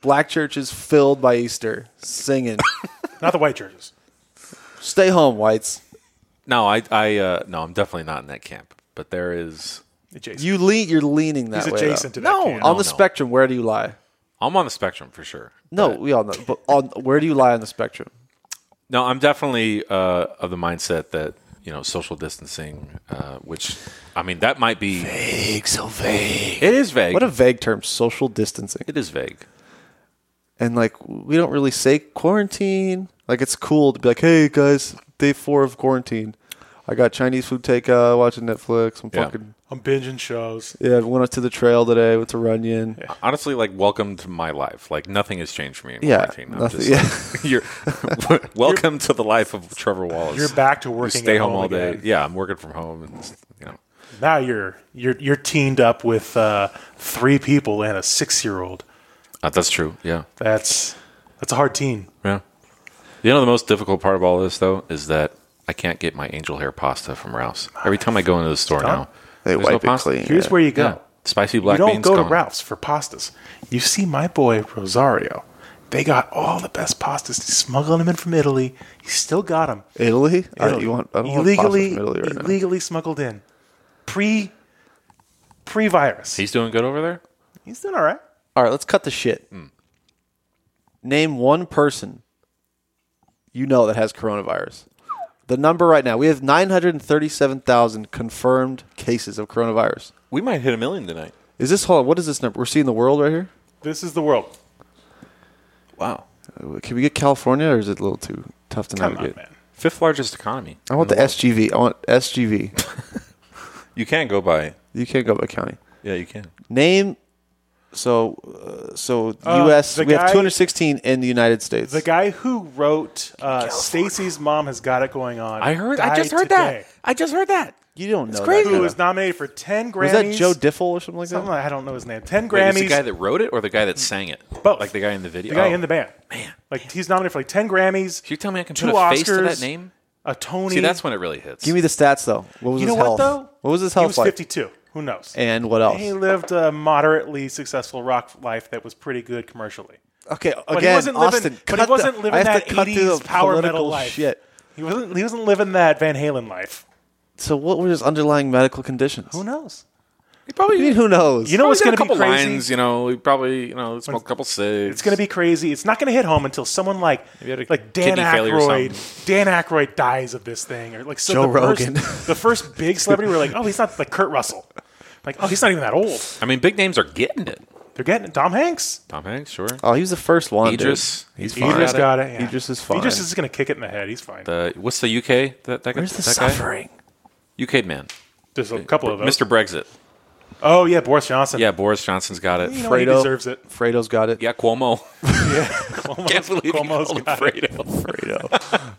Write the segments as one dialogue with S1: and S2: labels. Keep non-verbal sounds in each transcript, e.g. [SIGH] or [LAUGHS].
S1: Black churches filled by Easter [LAUGHS] singing.
S2: Not the white churches.
S1: Stay home, whites.
S3: No, I, I, uh, no, I'm definitely not in that camp. But there is,
S2: Adjacent.
S1: You lean. You're leaning that
S2: He's
S1: way.
S2: adjacent to
S1: though.
S2: that.
S3: No,
S2: camp.
S3: I'll-
S1: on the
S3: no.
S1: spectrum, where do you lie?
S3: I'm on the spectrum for sure.
S1: No, we all know. But on where do you lie on the spectrum?
S3: No, I'm definitely uh, of the mindset that you know social distancing, uh, which I mean that might be vague, so vague. It is vague.
S1: What a vague term, social distancing.
S3: it is vague.
S1: And like we don't really say quarantine. Like it's cool to be like, hey guys, day four of quarantine. I got Chinese food takeout, watching Netflix. I'm
S3: Yeah.
S1: fucking
S2: I'm binging shows.
S1: yeah. went up to the trail today with the Runyon.
S3: Honestly, like welcome to my life. Like nothing has changed for me in
S1: Yeah,
S3: quarantine. I'm
S1: nothing-
S3: just
S1: [LAUGHS]
S3: like, [LAUGHS] you're welcome to the life of Trevor Wallace.
S2: You're back to
S3: You
S2: working
S3: stay
S2: at
S3: home,
S2: home
S3: all day.
S2: again.
S3: Yeah, I'm working from home, and you know,
S2: Now you're you're you're teamed up with uh, three people and a six year old.
S3: Uh, that's true. Yeah,
S2: That's that's a hard teen.
S3: yeah. You know the most difficult part of all this though is that I can't get my angel hair pasta from Rouse. Every time I go into the store now,
S1: They
S3: there's no
S1: wipe it
S3: pasta.
S1: clean.
S2: Here's
S1: yeah.
S2: where you go.
S3: Yeah. Spicy
S2: You
S3: black
S2: don't
S3: beans.
S2: go to
S3: coming.
S2: Ralph's for pastas. You see my boy Rosario. They got all the best pastas. He's smuggling them in from Italy. He still got them.
S1: Italy. I don't, you want, I don't want pasta
S2: illegally
S1: from Italy right now.
S2: illegally smuggled in. Pre pre virus.
S3: He's doing good over there.
S2: He's doing all right.
S1: All right, let's cut the shit. Name one person you know that has coronavirus. The number right now, we have 937,000 confirmed cases of coronavirus.
S3: We might hit a million tonight.
S1: Is this, hold on, what is this number? We're seeing the world right here?
S2: This is the world.
S3: Wow.
S1: Uh, Can we get California or is it a little too tough to
S2: Come on,
S1: navigate?
S2: man.
S3: Fifth largest economy.
S1: I want the SGV. I want SGV.
S3: You can go by.
S1: [LAUGHS] you can't go by county.
S3: Yeah, you can.
S1: Name, so, uh, so
S2: Uh,
S1: U.S.,
S2: the
S1: we have
S2: guy-
S1: 216 in the United States.
S2: The guy who wrote uh, Stacy's mom has got it going on.
S3: I heard. I
S2: died
S3: just heard
S2: today.
S3: that. I just heard that.
S1: you don't know
S3: crazy.
S1: that.
S2: Who was nominated for ten Grammys?
S1: Was that Joe Diffel or something like that?
S2: Something like- I don't know his name. Ten
S3: Wait, is
S2: Grammys.
S3: the guy that wrote it or the guy that sang it?
S2: Both.
S3: Like the guy in the video.
S2: the guy
S3: Oh.
S2: in the band.
S3: Man.
S2: like he's nominated for like ten Grammys.
S3: Can you tell me I can
S2: two
S3: put a
S2: Oscars,
S3: face to that name?
S2: A Tony.
S3: See, that's when it really hits.
S1: Give me the stats though. What was
S2: You know
S1: his
S2: what
S1: health?
S2: though?
S1: What was his
S2: He
S1: health
S2: was
S1: like?
S2: fifty-two. Who knows?
S1: And what else?
S2: he lived a moderately successful rock life that was pretty good commercially.
S1: okay, again,
S2: But he wasn't
S1: Austin.
S2: living. But
S1: cut
S2: he wasn't
S1: the, I
S2: living
S1: have
S2: that
S1: to cut through
S2: eighties
S1: the
S2: power metal
S1: political
S2: life.
S1: Shit.
S2: He wasn't. He wasn't living that Van Halen life.
S1: So what were his underlying medical conditions?
S2: Who knows?
S3: He probably.
S1: I mean, who knows?
S2: You know what's going
S3: got a
S2: to be
S3: couple
S2: crazy?
S3: lines. You know, he probably you know smoked a couple cigs.
S2: It's going to be crazy. It's not going to hit home until someone like
S3: Maybe had a
S2: like Dan
S3: kidney failure or
S2: Aykroyd, Dan Aykroyd dies of this thing, or like so
S1: Joe
S2: the
S1: Rogan.
S2: First, the first big celebrity, we're like, oh, he's not like Kurt Russell, like oh, he's not even that old.
S3: I mean, big names are getting it.
S2: They're getting it. Tom Hanks.
S3: Tom Hanks, sure.
S1: oh, he was the first one. dude.
S3: Idris. He's fine.
S2: Idris
S3: at it.
S2: got it. Yeah.
S1: Idris is fine.
S2: Idris is going to kick it in the head. He's fine.
S3: The, what's the UK? That, that
S1: Where's
S3: guy,
S1: the
S3: that guy?
S1: suffering?
S3: UK man.
S2: There's a couple of those.
S3: Mr. Brexit.
S2: Oh yeah, Boris Johnson.
S3: Yeah, Boris Johnson's got it.
S2: You know, he
S1: Fredo
S2: deserves it.
S1: Fredo's got it.
S2: [LAUGHS]
S3: Yeah, Cuomo.
S2: Cuomo-
S3: Can't believe you
S2: Cuomo's
S3: called him
S2: got it. Uh,
S3: Fredo.
S1: Fredo.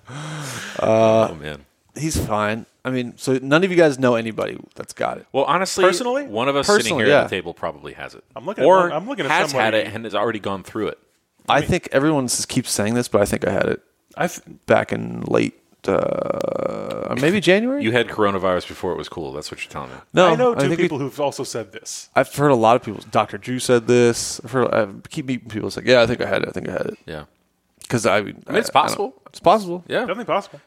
S3: oh man.
S1: He's fine. I mean, so none of you guys know anybody that's got it.
S3: Well, honestly,
S2: Personally?
S3: one of us sitting
S1: Personally,
S3: here
S1: yeah.
S3: at the table probably has it.
S2: I'm looking at
S3: or
S2: one- I'm looking at
S3: has
S2: somebody.
S3: had it and has already gone through it.
S1: I, think everyone s- keeps saying this, but I think I had it
S2: I've,
S1: back in late, uh, maybe January.
S3: You had coronavirus before it was cool. That's what you're telling me.
S1: no,
S2: I know two
S1: think we-
S2: people who've also said this.
S1: I've heard a lot of people. Dr. Drew said this. I've heard, I keep meeting people. It's like, yeah, I think I had it. I think I had it.
S3: Yeah,
S1: Because I, I-
S3: it's
S1: I don't-
S3: possible.
S1: it's possible.
S3: yeah.
S2: Definitely possible.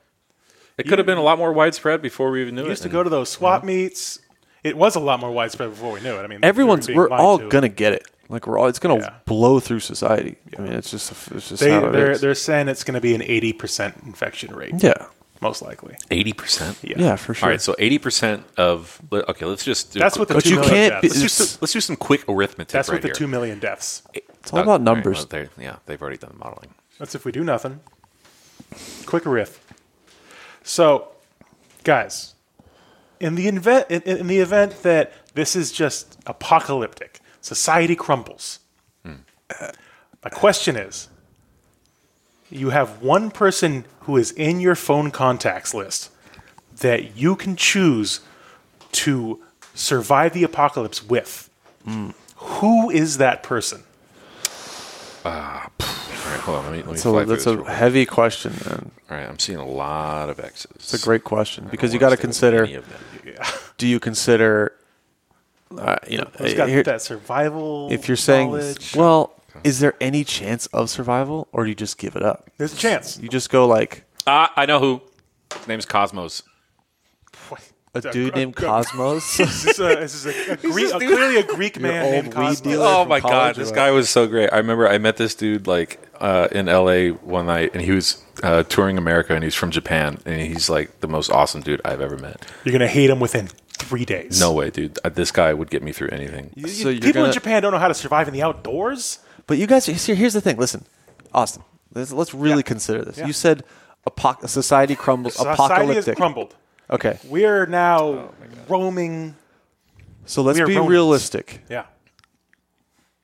S3: It could have been a lot more widespread before we even knew
S2: We
S3: it.
S2: used to go to those swap meets. It was a lot more widespread before we knew it. I mean,
S1: Everyone's.
S2: we
S1: We're
S2: being lied
S1: all
S2: to.
S1: gonna get it. Like we're all. It's gonna
S2: Yeah.
S1: blow through society. I mean, it's just. It's just
S2: They,
S1: how it
S2: they're
S1: is.
S2: they're saying it's going to be an eighty percent infection rate.
S1: yeah.
S2: most likely.
S3: eighty percent. Yeah.
S1: Yeah, for
S3: All
S1: sure.
S3: right, so eighty percent of le- okay. Let's just do
S2: That's what the
S1: But
S2: two
S1: you
S2: million
S1: can't be-
S2: deaths.
S3: let's, do
S1: it's-
S3: some, let's do some quick arithmetic.
S2: That's
S3: right
S2: what the
S3: here.
S2: two million deaths.
S1: It's all about numbers.
S3: All right, well, they- yeah, they've already done the modeling.
S2: That's if we do nothing. Quick riff. So, guys, in the event in, in the event that this is just apocalyptic, society crumbles. uh, My question is: You have one person who is in your phone contacts list that you can choose to survive the apocalypse with. Who is that person?
S3: All right, hold on. Let me, let me
S1: So
S3: fly
S1: that's
S3: through
S1: a
S3: this. real-
S1: heavy question, man.
S3: All right, I'm seeing a lot of X's.
S1: It's a great question because you got to consider. Do you consider? Uh, you know,
S2: He's got
S1: here-
S2: that survival.
S1: if you're saying,
S2: knowledge.
S1: well, Is there any chance of survival, or do you just give it up?
S2: There's a chance.
S1: You just go like
S3: Ah, I know who. His name's Cosmos.
S1: a dude named
S2: Cosmos. [LAUGHS]
S1: Cosmos. [LAUGHS]
S2: This is, a, this
S3: [LAUGHS]
S2: is a, a Greek, a, clearly a Greek man
S1: old
S2: named
S1: weed
S2: Cosmos.
S1: dealer.
S3: Oh
S1: from
S3: my god,
S1: college or
S3: this
S1: what?
S3: guy was so great. I remember I met this dude like uh, in LA one night, and he was uh, touring America, and he's from Japan, and he's like the most awesome dude I've ever met.
S2: You're gonna hate him within three days.
S3: No way, dude. Uh, This guy would get me through anything.
S1: So you're
S2: people in
S1: gonna-
S2: Japan don't know how to survive in the outdoors.
S1: But you guys, here- here's the thing. Listen, Austin, let's, let's really consider this.
S2: Yeah.
S1: You said apoc- society crumbles,
S2: Society has
S1: apocalyptic.
S2: crumbled.
S1: okay,
S2: We're now
S3: Oh
S2: roaming.
S1: so let's
S2: We are
S1: be
S2: Romans.
S1: realistic.
S2: Yeah,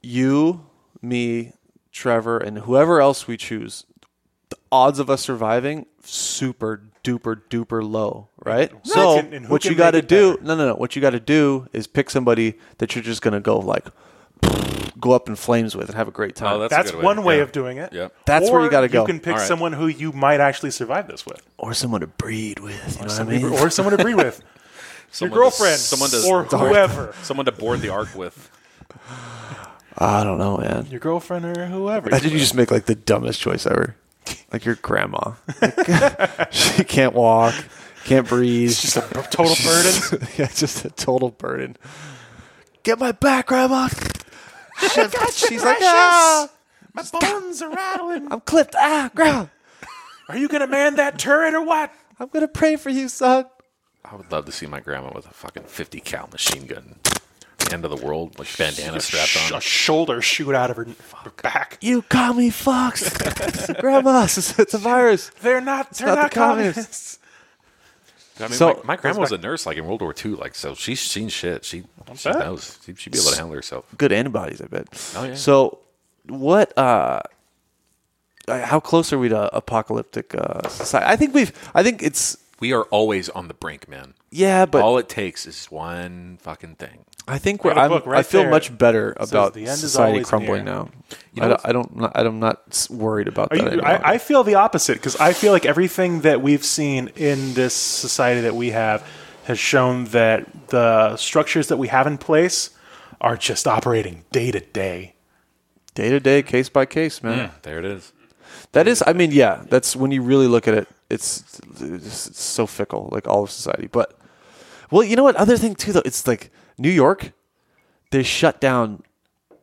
S1: You, me, Trevor, and whoever else we choose, the odds of us surviving super duper duper low, right? so
S2: can- and who
S1: what
S2: can
S1: you got to
S2: make it
S1: do? No, no, no. What you got to do is pick somebody that you're just gonna go like go up in flames with and have a great time.
S3: Oh, that's, a
S2: that's,
S3: good way.
S2: one way
S3: Yeah.
S2: of doing it.
S3: Yep.
S1: That's where
S2: Or
S1: you gotta go.
S2: You can pick
S3: All right.
S2: someone who you might actually survive this with,
S1: or someone to breed with. You know what I mean?
S2: or someone to breed
S3: [LAUGHS]
S2: with, your
S3: Someone to-
S2: girlfriend,
S3: someone to-
S1: [LAUGHS]
S2: or whoever.
S3: Someone to board the ark with.
S1: I don't know, man.
S2: Your girlfriend
S1: [LAUGHS]
S2: or whoever.
S1: Imagine you just make like the dumbest choice ever. Like your grandma. Like, [LAUGHS] she can't walk, [LAUGHS] can't breathe.
S2: Just a b- total burden.
S1: [LAUGHS] yeah, just a total burden. Get my back, grandma. she's like, ah,
S2: My bones are rattling.
S1: I'm clipped. Ah, grandma.
S2: Are you gonna man that turret or what?
S1: I'm going to pray for you, son.
S3: I would love to see my grandma with a fucking 50 cal machine gun. End of the world, like bandana strapped
S2: Sh- A
S3: on.
S2: shoulder shoot out of her, her back.
S1: You call me
S2: [LAUGHS]
S1: Fox. it's a grandma. It's, it's a virus.
S2: They're not. They're
S1: not the
S2: not
S1: communists.
S2: communists.
S3: I mean,
S1: So-
S3: my, my grandma was a nurse, like in World War II, like so she's seen shit. She, she
S2: bet.
S3: knows. She, she'd be able to handle herself.
S1: Good antibodies, I bet.
S3: Oh, yeah.
S1: So, what, uh, uh, how close are we to apocalyptic uh, society? I think we've, I think it's,
S3: We are always on the brink, man.
S1: yeah, but
S3: All it takes is one fucking thing.
S1: I think we're.
S2: got a
S1: I'm,
S2: book right
S1: I feel
S2: there.
S1: much better
S2: says
S1: about
S2: the end is
S1: society
S2: always
S1: crumbling
S2: near.
S1: now.
S3: know
S1: I, don't,
S3: what's-
S1: I don't. not- I'm not s- worried about
S2: Are
S1: that.
S2: you,
S1: anymore.
S2: I, I feel the opposite because I feel like everything that we've seen in this society that we have has shown that the structures that we have in place are just operating day to day.
S1: day to day, case by case, man.
S3: [CLEARS THROAT] There it is.
S1: That is. I mean, yeah. That's when you really look at it. It's, it's, it's so fickle, like all of society. But well, you know what? Other thing too, though. It's like New York. They shut down,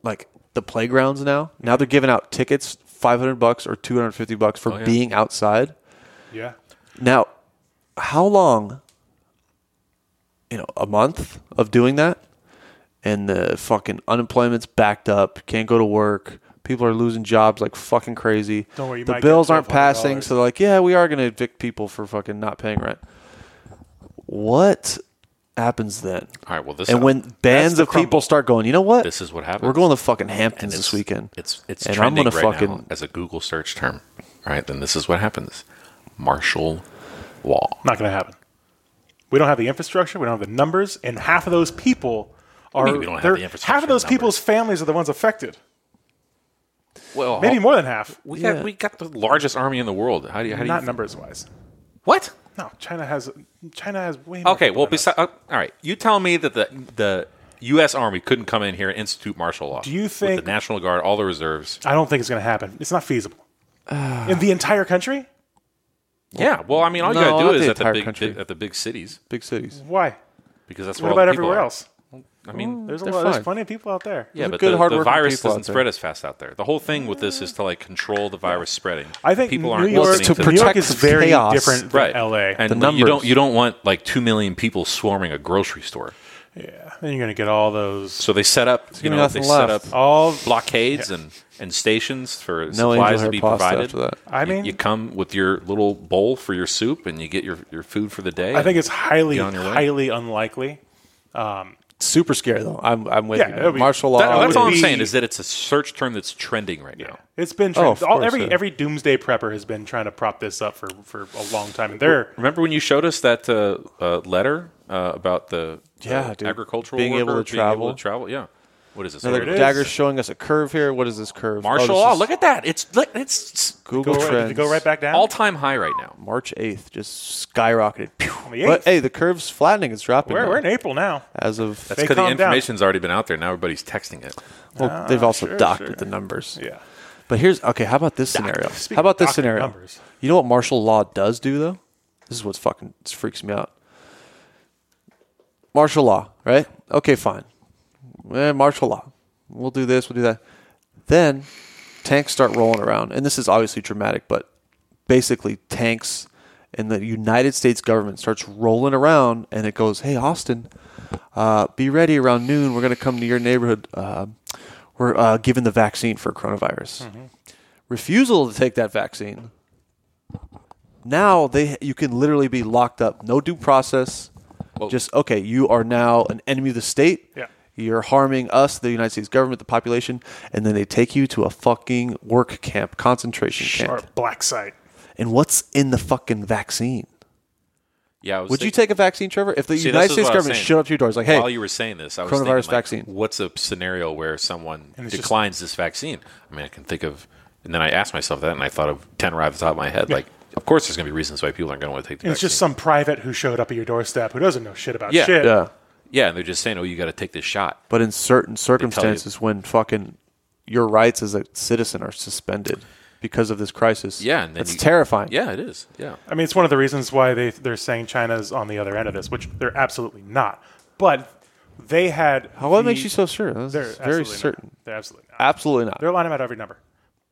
S1: like the playgrounds now. Now they're giving out tickets, five hundred bucks or two hundred fifty bucks for
S3: yeah.
S1: being outside.
S2: Yeah.
S1: Now, how long? You know, a month of doing that, and the fucking unemployment's backed up. Can't go to work. People are losing jobs like fucking crazy.
S2: Don't worry, you
S1: the
S2: might get
S1: bills aren't passing,
S2: $1,200.
S1: so they're like, yeah, we are going to evict people for fucking not paying rent. What happens then?
S3: All right. Well, this
S1: And when bands
S2: the
S1: of people
S2: crumble.
S1: start going, you know what?
S3: This is what happens.
S1: We're going to fucking Hamptons
S3: it's-
S1: this weekend.
S3: It's it's
S1: And I'm
S3: trending
S1: gonna
S3: right now
S1: fucking-
S3: as a Google search term. All right, then this is what happens. Martial law.
S2: Not going to happen. We don't have the infrastructure. We don't have the numbers. And half of those people are.
S3: do you mean we don't have
S2: they're-
S3: the infrastructure
S2: half of those
S3: and numbers?
S2: people's families are the ones affected.
S3: Well,
S2: Maybe more than half.
S3: We
S1: Yeah.
S3: got we got the largest army in the world. How do you how do
S2: Not
S3: you
S2: numbers wise.
S3: what?
S2: No, China has. China has way more.
S3: Okay,
S2: people
S3: well,
S2: than us.
S3: besides, uh, all right. You tell me that the the U.S. Army couldn't come in here and institute martial law. Do
S2: you
S3: with
S2: think-
S3: the National Guard, all the reserves?
S2: I don't think it's going to happen. It's not
S3: [SIGHS]
S2: feasible. in the entire country?
S3: Yeah. Well, I mean, all you
S1: No,
S3: got to
S1: not
S3: do is
S1: the
S3: at the
S1: entire
S3: big,
S1: country.
S3: big- at the big cities
S1: Big cities.
S2: Why?
S3: because that's
S2: What
S3: where all
S2: about
S3: the people
S2: everywhere
S3: are.
S2: else?
S3: I mean,
S2: There's a
S1: They're
S2: lot, there's
S1: fine.
S2: plenty of people out there.
S3: Yeah,
S1: Mm. There's
S3: but
S1: good,
S3: the, the
S1: hardworking
S3: virus
S1: people out
S3: doesn't
S1: there.
S3: spread as fast out there. The whole thing with this is to like control the virus spreading.
S2: I think
S3: people
S2: New
S3: aren't
S2: York-
S3: listening
S1: to
S3: to
S2: New York
S1: protect
S2: is very
S1: chaos.
S2: different
S3: right.
S2: than LA.
S3: and
S1: The
S3: like, you don't
S1: numbers.
S3: you don't want like two million people swarming a grocery store.
S2: yeah, then you're going to get all those
S3: So they set up
S1: gonna be
S3: you know they
S1: nothing
S3: set up
S1: left.
S2: all
S3: blockades and and stations for
S1: No
S3: supplies
S1: angel
S3: to
S1: hair
S3: be
S1: pasta
S3: provided.
S1: after that.
S2: I
S3: You-
S2: mean-
S3: you come with your little bowl for your soup and you get your your food for the day.
S2: I think it's highly
S3: Get on your way.
S2: highly unlikely.
S1: Super scary though. I'm I'm with
S2: Yeah,
S1: you.
S2: it'll
S1: Man.
S2: be-
S1: Martial law.
S3: That- that's all I'm
S2: be-
S3: saying is that it's a search term that's trending right now.
S2: It's been
S1: Oh,
S2: trying,
S1: of
S2: all,
S1: course,
S2: every
S1: yeah.
S2: every doomsday prepper has been trying to prop this up for, for a long time. And they're
S3: Remember when you showed us that uh, uh, letter uh, about the uh,
S1: Yeah, dude.
S3: agricultural
S1: Being able
S3: worker
S1: to
S3: being able
S1: travel.
S3: to travel? Yeah, What is this?
S1: Another
S3: Here it is.
S1: dagger showing us a curve here. What is this curve?
S3: Martial
S1: oh,
S3: law.
S1: this is
S3: Look at that. It's look, it's
S1: Google
S2: Go right,
S1: Trends.
S2: to go right back down.
S3: all time high right now.
S1: March 8th just skyrocketed. Pew.
S2: On the
S1: But
S2: 8th.
S1: hey, the curve's flattening. It's dropping.
S2: we're,
S1: now.
S2: we're in April now.
S1: As of
S3: That's
S2: They
S3: because the
S2: calmed down.
S3: information's already been out there. Now everybody's texting it.
S1: well, they've also
S2: Ah, sure,
S1: doctored
S2: sure.
S1: the numbers.
S2: Yeah.
S1: But here's okay. How about this scenario?
S2: Speaking
S1: How about
S2: of
S1: this
S2: doctored
S1: scenario?
S2: numbers.
S1: You know what martial law does do though? This is what's fucking this freaks me out. Martial law, right? Okay, fine. Eh, martial law. We'll do this. We'll do that. Then tanks start rolling around, and this is obviously dramatic, but basically tanks and the United States government starts rolling around, and it goes, "Hey, Austin, uh, be ready around noon. We're going to come to your neighborhood. Uh, we're uh, given the vaccine for coronavirus. Refusal to take that vaccine. Now they you can literally be locked up. No due process. Just okay. You are now an enemy of the state.
S2: Yeah.
S1: You're harming us, the United States government, the population, and then they take you to a fucking work camp, concentration
S2: Or
S1: camp.
S2: black site.
S1: And what's in the fucking vaccine?
S3: Yeah. I was
S1: Would you
S3: thinking-
S1: take a vaccine, Trevor? If the
S3: See, this
S1: United
S3: is
S1: States
S3: what I was
S1: government
S3: saying.
S1: showed up to your doors, like, hey,
S3: While you were saying this, I was
S1: coronavirus
S3: thinking, like,
S1: vaccine.
S3: What's a scenario where someone
S2: it's just-
S3: declines this vaccine? I mean, I can think of, and then I asked myself that, and I thought of ten right off the top of my head. Like, of course, there's going to be reasons why people aren't going to want to take the
S2: And it's
S3: vaccine.
S2: just some private who showed up at your doorstep who doesn't know shit about
S3: Yeah.
S2: shit.
S1: yeah.
S3: yeah, and they're just saying, "Oh, you got to take this shot."
S1: But in certain circumstances, when fucking your rights as a citizen are suspended because of this crisis,
S3: Yeah, and then
S1: it's
S3: you-
S1: terrifying.
S3: Yeah, it is. Yeah,
S2: I mean, it's one of the reasons why they they're saying China's on the other end of this, which they're absolutely not. But they had.
S1: How what
S2: the-
S1: makes you so sure? That's
S2: They're
S1: very
S2: absolutely not.
S1: certain.
S2: They're absolutely not.
S1: Absolutely not. They're,
S2: They're lying about every number,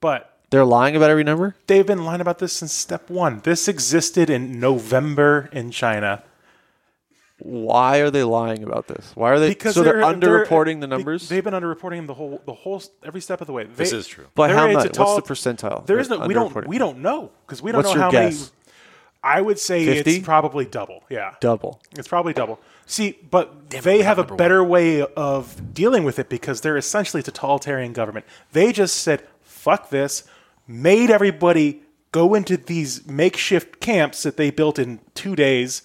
S2: but
S1: lying about every number.
S2: they've been lying about this since step one. This existed in November in China
S1: Why are they lying about this? Why are they?
S2: because
S1: so they're,
S2: they're
S1: underreporting
S2: they're-
S1: the numbers.
S2: They, have been underreporting the whole the whole every step of the way. They,
S3: This is true.
S1: By
S2: their
S1: how
S2: rates
S1: much?
S2: at
S1: What's
S2: all-
S1: the percentile?
S2: There is
S1: They're
S2: no. We don't.
S1: underreporting.
S2: We don't know because we don't
S1: What's
S2: know
S1: your
S2: how many.
S1: guess?
S2: I would say
S1: 50?
S2: it's probably double. Yeah,
S1: double.
S2: It's probably double. See, but they have a better way of dealing with it because they're essentially a totalitarian government. They just said, fuck this, made everybody go into these makeshift camps that they built in two days.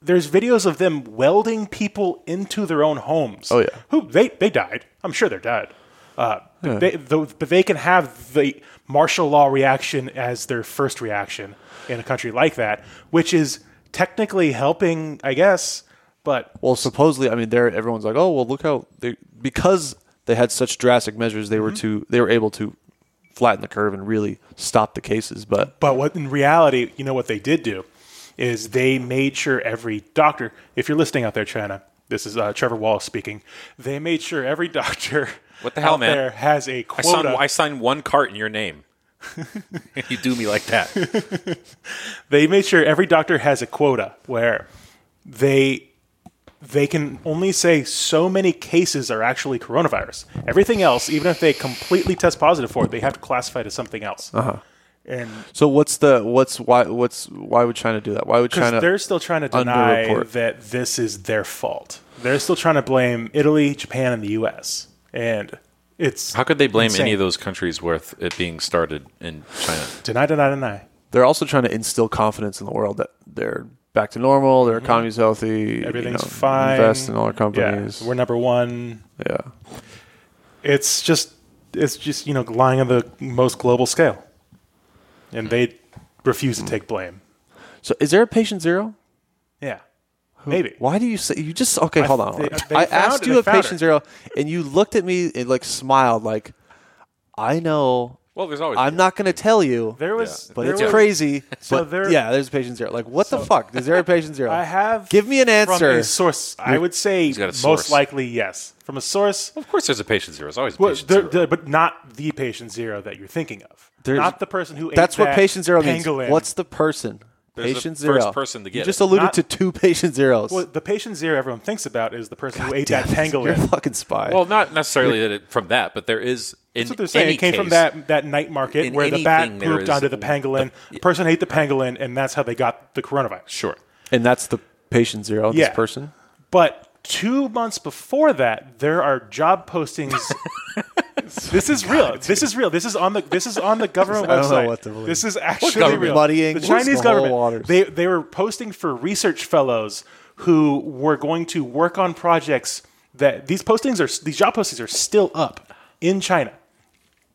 S2: There's videos of them welding people into their own homes.
S1: Oh, yeah.
S2: Who they, they died. I'm sure they're dead. Uh, but, they, though but they can have the martial law reaction as their first reaction in a country like that, which is technically helping, I guess. But
S1: Well, supposedly, I mean, there everyone's like, oh, well, look how they because they had such drastic measures, they were
S2: Mm-hmm.
S1: to they were able to flatten the curve and really stop the cases. But
S2: but what in reality, you know what they did do is they made sure every doctor, if you're listening out there, China, this is uh, Trevor Wallace speaking. They made sure every [LAUGHS] doctor
S3: What the hell,
S2: out
S3: man?
S2: there has a
S3: I signed,
S2: quota.
S3: I signed one cart in
S2: [LAUGHS]
S3: your name. you do me like that.
S2: they made sure every doctor has a quota where they they can only say so many cases are actually coronavirus. Everything else, even if they completely test positive for it, they have to classify it as something else. Uh-huh. And
S1: So what's the what's why what's why would China do that? Why would
S2: because
S1: China?
S2: they're still trying to deny
S1: underreport.
S2: that this is their fault. They're still trying to blame Italy, Japan, and the U.S. And it's
S3: How could they blame
S2: Insane.
S3: any of those countries worth it being started in China?
S2: deny, deny, deny.
S1: They're also trying to instill confidence in the world that they're back to normal, their economy's healthy, you
S2: Mm-hmm. Everything's
S1: know,
S2: fine.
S1: Invest in all our
S2: Yeah,
S1: companies. Yeah,
S2: we're number one. it's just it's just you know lying on the most global scale and they refuse to take blame
S1: So is there a patient zero?
S2: yeah maybe
S1: Why do you say you just okay? Hold on.
S2: they- they
S1: I
S2: found-
S1: asked you
S2: they
S1: a
S2: found
S1: patient
S2: her.
S1: zero, and you looked at me and like smiled like, I know.
S3: Well, there's always
S1: I'm not going to tell you.
S2: there was
S1: but
S2: there
S1: it's
S2: was-
S1: crazy.
S2: So
S1: but
S2: there-
S1: yeah, there's a patient zero. Like, what the fuck? Is there a patient zero?
S2: i have
S1: Give me an
S2: from
S1: answer.
S2: a source i would say
S3: got a
S2: most
S3: source.
S2: likely yes from a source
S3: Of course, there's a patient zero. There's always a
S2: well,
S3: patient
S2: there-
S3: zero.
S2: there- but not the patient zero that you're thinking of
S1: There's-
S2: not the person who ate
S1: That's what
S2: that
S1: patient zero means.
S2: pangolin.
S1: What's the person?
S3: There's a
S1: patient
S3: first
S1: zero.
S3: person to get
S1: you just
S3: it.
S1: alluded
S2: Not-
S1: to two [LAUGHS] patient zeros.
S2: Well, the patient zero everyone thinks about is the person who ate
S1: Damn
S2: that
S1: it. You're a
S2: pangolin
S1: fucking spy.
S3: well, not necessarily that it, from that, but there is in
S2: That's what they're saying.
S3: any
S2: It came from
S3: case-
S2: that, that night market
S3: in
S2: where the bat
S3: anything there
S2: pooped
S3: is-
S2: onto the pangolin. The person ate the pangolin, and that's how they got the coronavirus.
S3: Sure.
S1: and that's the patient zero,
S2: Yeah.
S1: this person.
S2: But two months before that, there are
S1: [LAUGHS]
S2: job postings. this is real. This is real. This is on the this is on the
S1: [LAUGHS]
S2: government
S1: I don't know
S2: website.
S1: what to believe.
S2: This is actually
S1: government?
S2: real.
S1: Muddying
S2: the Chinese
S1: the
S2: government.
S1: whole waters.
S2: They they were posting for research fellows who were going to work on projects that these postings are these job postings are still up in China.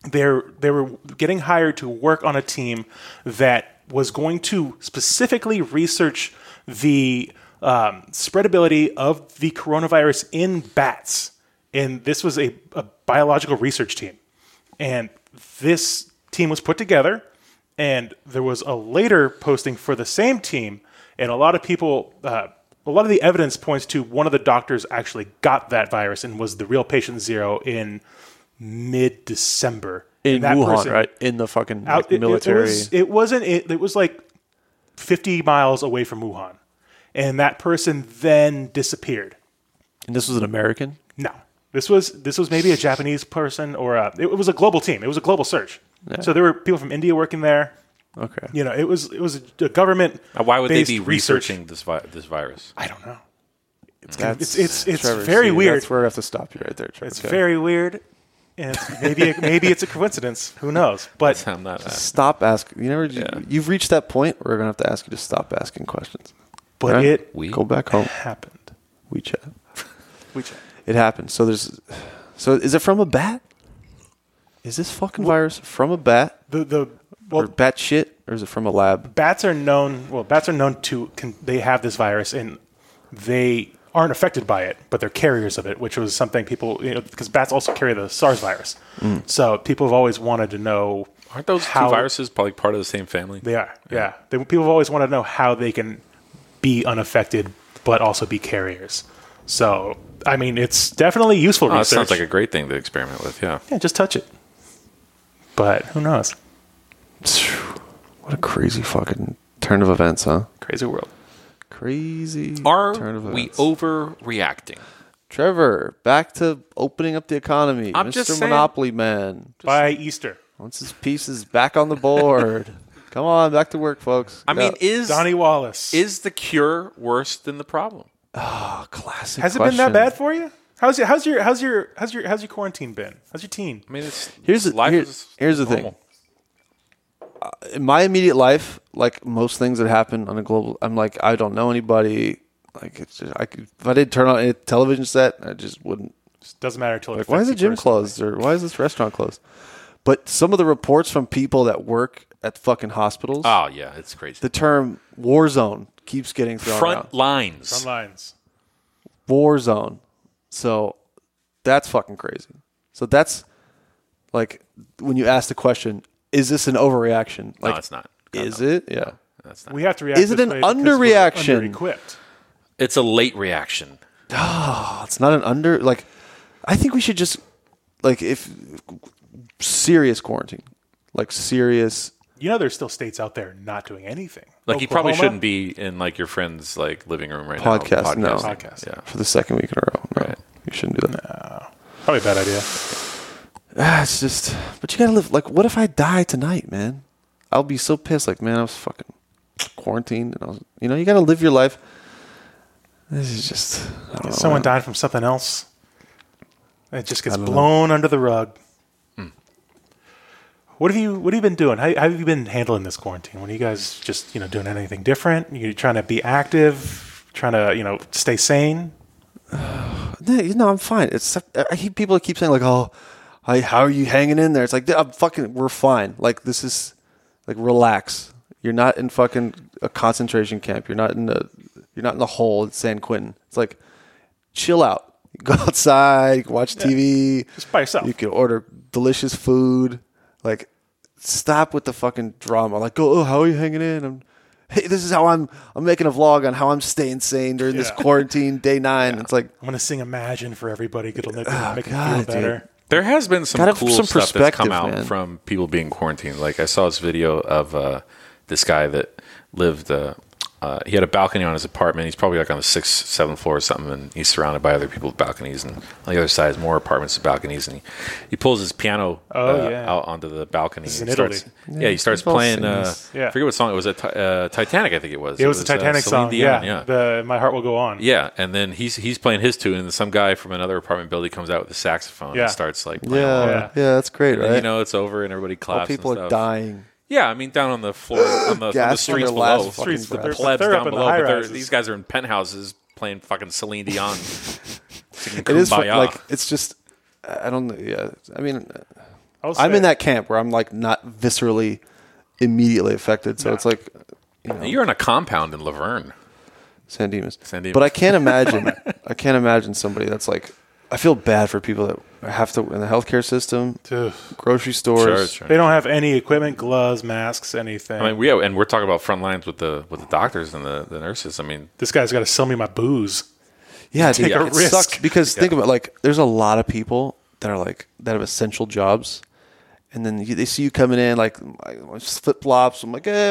S2: They're they were getting hired to work on a team that was going to specifically research the um, spreadability of the coronavirus in bats, and this was a, a biological research team, and this team was put together and there was a later posting for the same team, and a lot of people, uh, a lot of the evidence points to one of the doctors actually got that virus and was the real patient zero in mid December
S1: in Wuhan, right? In the fucking like, military.
S2: It, was, it wasn't. It, it was like fifty miles away from Wuhan, and that person then disappeared.
S1: and this was an American.
S2: No, this was this was maybe a Japanese person or a, it was a global team. It was a global search. So there were people from India working there.
S1: Okay.
S2: You know, it was it was a government.
S3: Now, why would they
S2: based
S3: be
S2: research.
S3: researching this vi- this virus?
S2: I don't know. It's
S1: That's-
S2: it's it's, it's
S1: Trevor,
S2: very
S1: see,
S2: weird.
S1: That's where I have to stop you right there, Trevor.
S2: It's very weird, and it's- maybe it, maybe it's a coincidence. Who knows? But
S3: [LAUGHS] I'm not. uh,
S1: Stop asking. You never.
S3: Yeah.
S1: You've reached that point where we're gonna have to ask you to stop asking questions.
S2: but
S1: Right?
S2: it
S3: We-
S1: go back home.
S2: happened.
S1: We chat.
S2: We checked.
S1: It happened. So there's. So is it from a bat? Is this fucking virus from a bat
S2: The the
S1: or
S2: well,
S1: bat shit, or is it from a lab? [SIGHS]
S2: bats are known. Well, bats are known to can, they have this virus and they aren't affected by it, but they're carriers of it, which was something people you know because bats also carry the SARS virus. So people have always wanted to know
S3: aren't those
S2: how-
S3: two viruses probably part of the same family?
S2: They are, yeah. They, people have always wanted to know how they can be unaffected but also be carriers. So, I mean, it's definitely useful
S3: Oh, that
S2: research.
S3: sounds like a great thing to experiment with. Yeah.
S2: yeah, just touch it. But who knows?
S1: What a crazy fucking turn of events, huh?
S2: Crazy world.
S1: Crazy turn
S3: Are
S1: of
S3: we
S1: events.
S3: overreacting?
S1: Trevor, back to opening up the economy,
S3: I'm
S1: Mr.
S3: just saying-
S1: Monopoly Man.
S2: By Easter,
S1: Once his piece is back on the board, come on, back to work, folks.
S3: I
S1: Get
S3: mean,
S1: up.
S3: is
S2: Donnie Wallace.
S3: is the cure worse than the problem?
S1: a Ah, classic.
S2: Has it been that
S1: question.
S2: bad for you? How's your how's your how's your how's your how's your quarantine been? How's your teen?
S3: I mean, it's
S1: Here's the-
S3: life
S1: here-
S3: is
S1: here's the thing.
S3: normal.
S1: in my immediate life, like most things that happen on a global, I'm like, I don't know anybody. Like, it's just, I could, if I didn't turn on a television set, I just wouldn't.
S2: Doesn't matter until it
S1: Like, why is the
S2: affects
S1: gym
S2: you personally.
S1: closed or why is this restaurant closed? But some of the reports from people that work at fucking hospitals,
S3: Oh yeah, it's crazy.
S1: the term war zone keeps getting thrown around.
S3: front lines.
S2: Front lines.
S1: war zone. So that's fucking crazy. So that's like when you ask the question, is this an overreaction?
S3: No,
S1: Like,
S3: it's not. God,
S1: is
S3: no,
S1: it? Yeah.
S3: That's not.
S2: We have to react.
S1: Is it
S2: this
S1: an
S2: way because we're
S1: underreaction?
S2: underequipped.
S3: It's a late reaction.
S1: It's not an under like I think we should just like if serious quarantine. Like serious
S2: You know, there's still states out there not doing anything.
S3: Like you probably
S2: Oklahoma?
S3: shouldn't be in like your friend's like living room right
S1: Podcast, no.
S3: now.
S2: Podcast.
S3: Yeah.
S1: for the second week in a row. No,
S3: Right.
S1: you shouldn't do that.
S2: Probably a bad idea.
S1: Ah, it's just but you gotta live like what if I die tonight, man? I'll be so pissed, like, man, I was fucking quarantined and I was you know, you gotta live your life. This is just I don't know.
S2: Someone died from something else. It just gets blown under the rug.
S3: Hmm.
S2: What have you What have you been doing? How, how have you been handling this quarantine? What are you guys just you know doing anything different? You trying to be active? Trying to you know stay sane?
S1: No, you know, I'm fine. It's I keep people keep saying like, "Oh, I, how are you hanging in there?" It's like I'm fucking. We're fine. Like this is like relax. You're not in fucking a concentration camp. You're not in the you're not in the hole at San Quentin. It's like chill out. [LAUGHS] Go outside. You can watch TV.
S2: Just by yourself.
S1: You can order delicious food. Like stop with the fucking drama. Like go. Oh, how are you hanging in? I'm. Hey, this is how I'm. I'm making a vlog on how I'm staying sane during this
S2: Yeah. [LAUGHS]
S1: quarantine day nine. It's like
S2: I'm gonna sing Imagine for everybody. It'll make,
S3: Oh,
S2: make
S1: God,
S2: them feel better.
S1: dude.
S3: There has been some
S1: Gotta have
S3: cool
S1: some
S3: stuff that's come
S1: perspective,
S3: out
S1: man.
S3: from people being quarantined. Like I saw this video of uh, this guy that lived. Uh, uh, he had a balcony on his apartment. He's probably like on the sixth, seventh floor or something, and he's surrounded by other people with balconies. And on the other side is more apartments with balconies. And he, he pulls his piano
S2: Oh,
S3: uh,
S2: yeah.
S3: out onto the balcony.
S2: is
S3: and
S2: in
S3: starts,
S2: Italy.
S3: Yeah, he starts
S1: we've all
S3: playing.
S1: seen
S3: Uh,
S1: this.
S2: Yeah.
S3: I forget what song it was. Uh, Ti- uh, Titanic, I think it was.
S2: It was a
S3: uh,
S2: Titanic
S3: Celine
S2: song.
S3: Dion,
S2: yeah, The My heart will go on.
S3: yeah, and then he's he's playing his tune, and then some guy from another apartment building comes out with a saxophone
S2: Yeah.
S3: and starts like playing
S1: Yeah,
S3: along.
S1: yeah,
S2: Yeah.
S1: that's great,
S3: And
S1: right?
S3: you know it's over, and everybody claps.
S1: All people
S3: and
S1: are
S3: stuff.
S1: dying.
S3: Yeah, I mean down on the
S1: [LAUGHS]
S3: floor on the, on the
S1: Gasping
S3: streets
S1: their last
S3: below,
S1: fucking
S2: Streets,
S3: the
S2: breath.
S3: plebs
S2: They're up
S3: down
S2: in the
S3: below. but they're-
S1: [LAUGHS]
S2: high-rises.
S3: these guys are in penthouses playing fucking Celine Dion.
S1: it is fu- like it's just I don't know. Yeah, I mean, I'm in that camp where I'm like not viscerally immediately affected, so
S2: No.
S1: it's like
S3: You're in a compound in Laverne.
S1: San Dimas.
S3: San Dimas.
S1: But I
S3: [LAUGHS]
S1: can't imagine. I can't imagine somebody that's like. I feel bad for people that have to in the healthcare system,
S2: Ugh.
S1: grocery stores.
S3: Sure,
S2: They
S3: sure.
S2: don't have any equipment, gloves, masks, anything.
S3: I mean, we and we're talking about front lines with the with the doctors and the, the nurses. I mean,
S2: this guy's got to sell me my booze.
S1: [LAUGHS] Yeah, dude,
S2: a
S1: it
S2: risk.
S1: sucks because think about like there's a lot of people that are like that have essential jobs, and then you, they see you coming in like flip flops. I'm like, eh,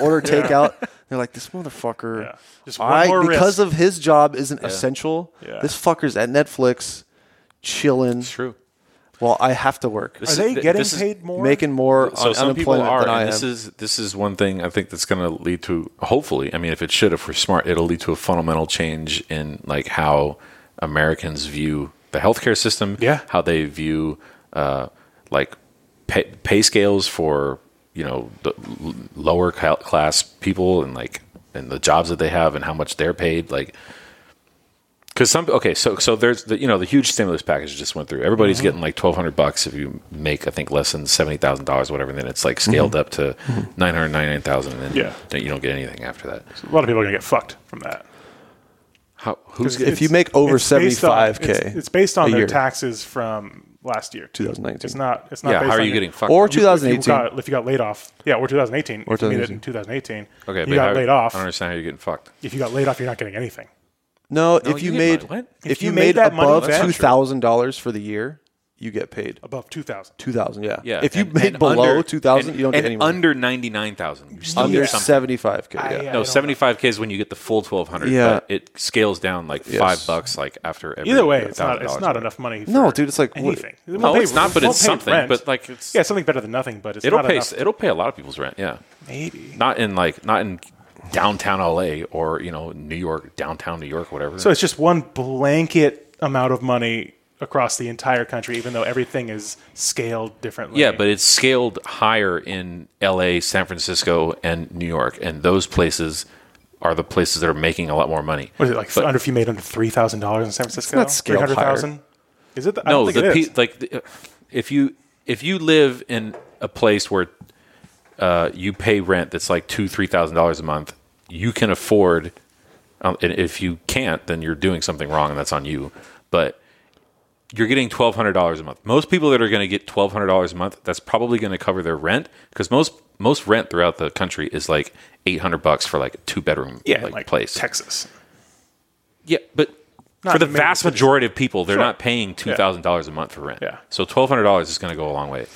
S1: order takeout. They're like, this motherfucker.
S2: Yeah. Just one
S1: I
S2: more
S1: because of
S2: risk.
S1: his job isn't essential.
S2: Yeah.
S1: This fucker's at Netflix, chilling
S3: it's true.
S1: while I have to work,
S2: Are
S3: This
S2: they
S3: is-
S2: getting
S3: this is-
S2: paid more?
S1: making more
S3: So
S1: on
S3: some people
S1: unemployment
S3: are,
S1: than I
S3: and
S1: am.
S3: this is this is one thing I think that's going to lead to. Hopefully, I mean, if it should, if we're smart, it'll lead to a fundamental change in like how Americans view the healthcare system.
S2: Yeah.
S3: how they view uh, like pay, pay scales for you know the l- lower cl- class people and like and the jobs that they have and how much they're paid. Like because some okay, so so there's the you know the huge stimulus package just went through. Everybody's
S2: Mm-hmm.
S3: getting like twelve hundred bucks if you make I think less than seventy thousand dollars, whatever. And then it's like scaled up to nine hundred ninety nine thousand, and then
S2: Mm-hmm. Yeah.
S3: then you don't get anything after that.
S2: A lot of people are gonna get fucked from that.
S3: How, who's
S2: It's-
S1: if you make over
S2: it's based on-
S1: 75K
S2: it's, it's based on
S1: a
S2: their
S1: year.
S2: taxes from last year,
S1: 2019.
S2: It's not. It's not.
S3: yeah?
S2: based
S3: How
S2: on
S3: are you
S2: your-
S3: getting fucked?
S1: or
S2: You- If you,
S1: 2018?
S2: got, if you got laid off, yeah, or 2018.
S1: Or
S2: if you made it
S1: 2018.
S2: in 2018.
S3: okay,
S2: you got
S3: how-
S2: laid off.
S3: I don't understand how you're getting fucked.
S2: If you got laid off, you're not getting anything.
S1: No,
S3: No,
S1: if you,
S3: you get
S1: made
S3: money. What?
S1: if, you, made,
S2: that money,
S1: above
S2: that's
S1: two
S2: true.
S1: thousand dollars for the year, you get paid
S2: Above 2,000.
S1: two thousand. Yeah,
S3: Yeah,
S1: If you
S3: and-
S1: made
S3: and
S1: below
S3: under-
S1: two thousand,
S3: and-
S1: you don't get
S3: and
S1: any money.
S3: under ninety nine thousand. You still
S1: under
S3: get something.
S1: seventy five k.
S2: I,
S1: Yeah.
S2: uh,
S3: No,
S2: don't know.
S3: seventy five k is when you get the full twelve hundred.
S1: Yeah.
S3: but it scales down like
S1: Yes.
S3: five bucks like after every
S2: Either way, it's not.
S3: $1,000
S2: It's not enough money. For
S1: No, dude, it's like what-
S2: anything. It
S3: No,
S2: won't
S3: it's not, but
S2: won't
S3: it's
S2: pay
S3: something.
S2: rent.
S3: But like, it's,
S2: yeah, something better than nothing. But it's
S3: it'll
S2: not
S3: pay.
S2: enough.
S3: It'll pay a lot of people's rent. Yeah.
S2: Maybe.
S3: not in like not in downtown LA or you know New York, downtown New York, whatever.
S2: So it's just one blanket amount of money across the entire country, even though everything is scaled differently.
S3: yeah, but it's scaled higher in LA, San Francisco, and New York, and those places are the places that are making a lot more money.
S2: what is it like?
S3: But-
S2: under if you made under three thousand dollars in San Francisco,
S1: not scaled higher.
S2: 300,000? Is it? The, I
S3: no,
S2: don't think
S3: the
S2: it is.
S3: pe- like the, if you if you live in a place where uh, you pay rent that's like two three thousand dollars a month, you can afford. Um, and if you can't, then you're doing something wrong, and that's on you. But you're getting twelve hundred dollars a month. Most people that are going to get twelve hundred dollars a month, that's probably going to cover their rent because most most rent throughout the country is like eight hundred bucks for like a two bedroom
S2: yeah,
S3: like place.
S2: Texas.
S3: Yeah, but
S2: Not
S3: for the
S2: in major
S3: vast
S2: cities.
S3: majority of people, they're
S2: Sure.
S3: not paying two thousand dollars a month for rent.
S2: Yeah.
S3: So twelve hundred dollars is going to go a long way.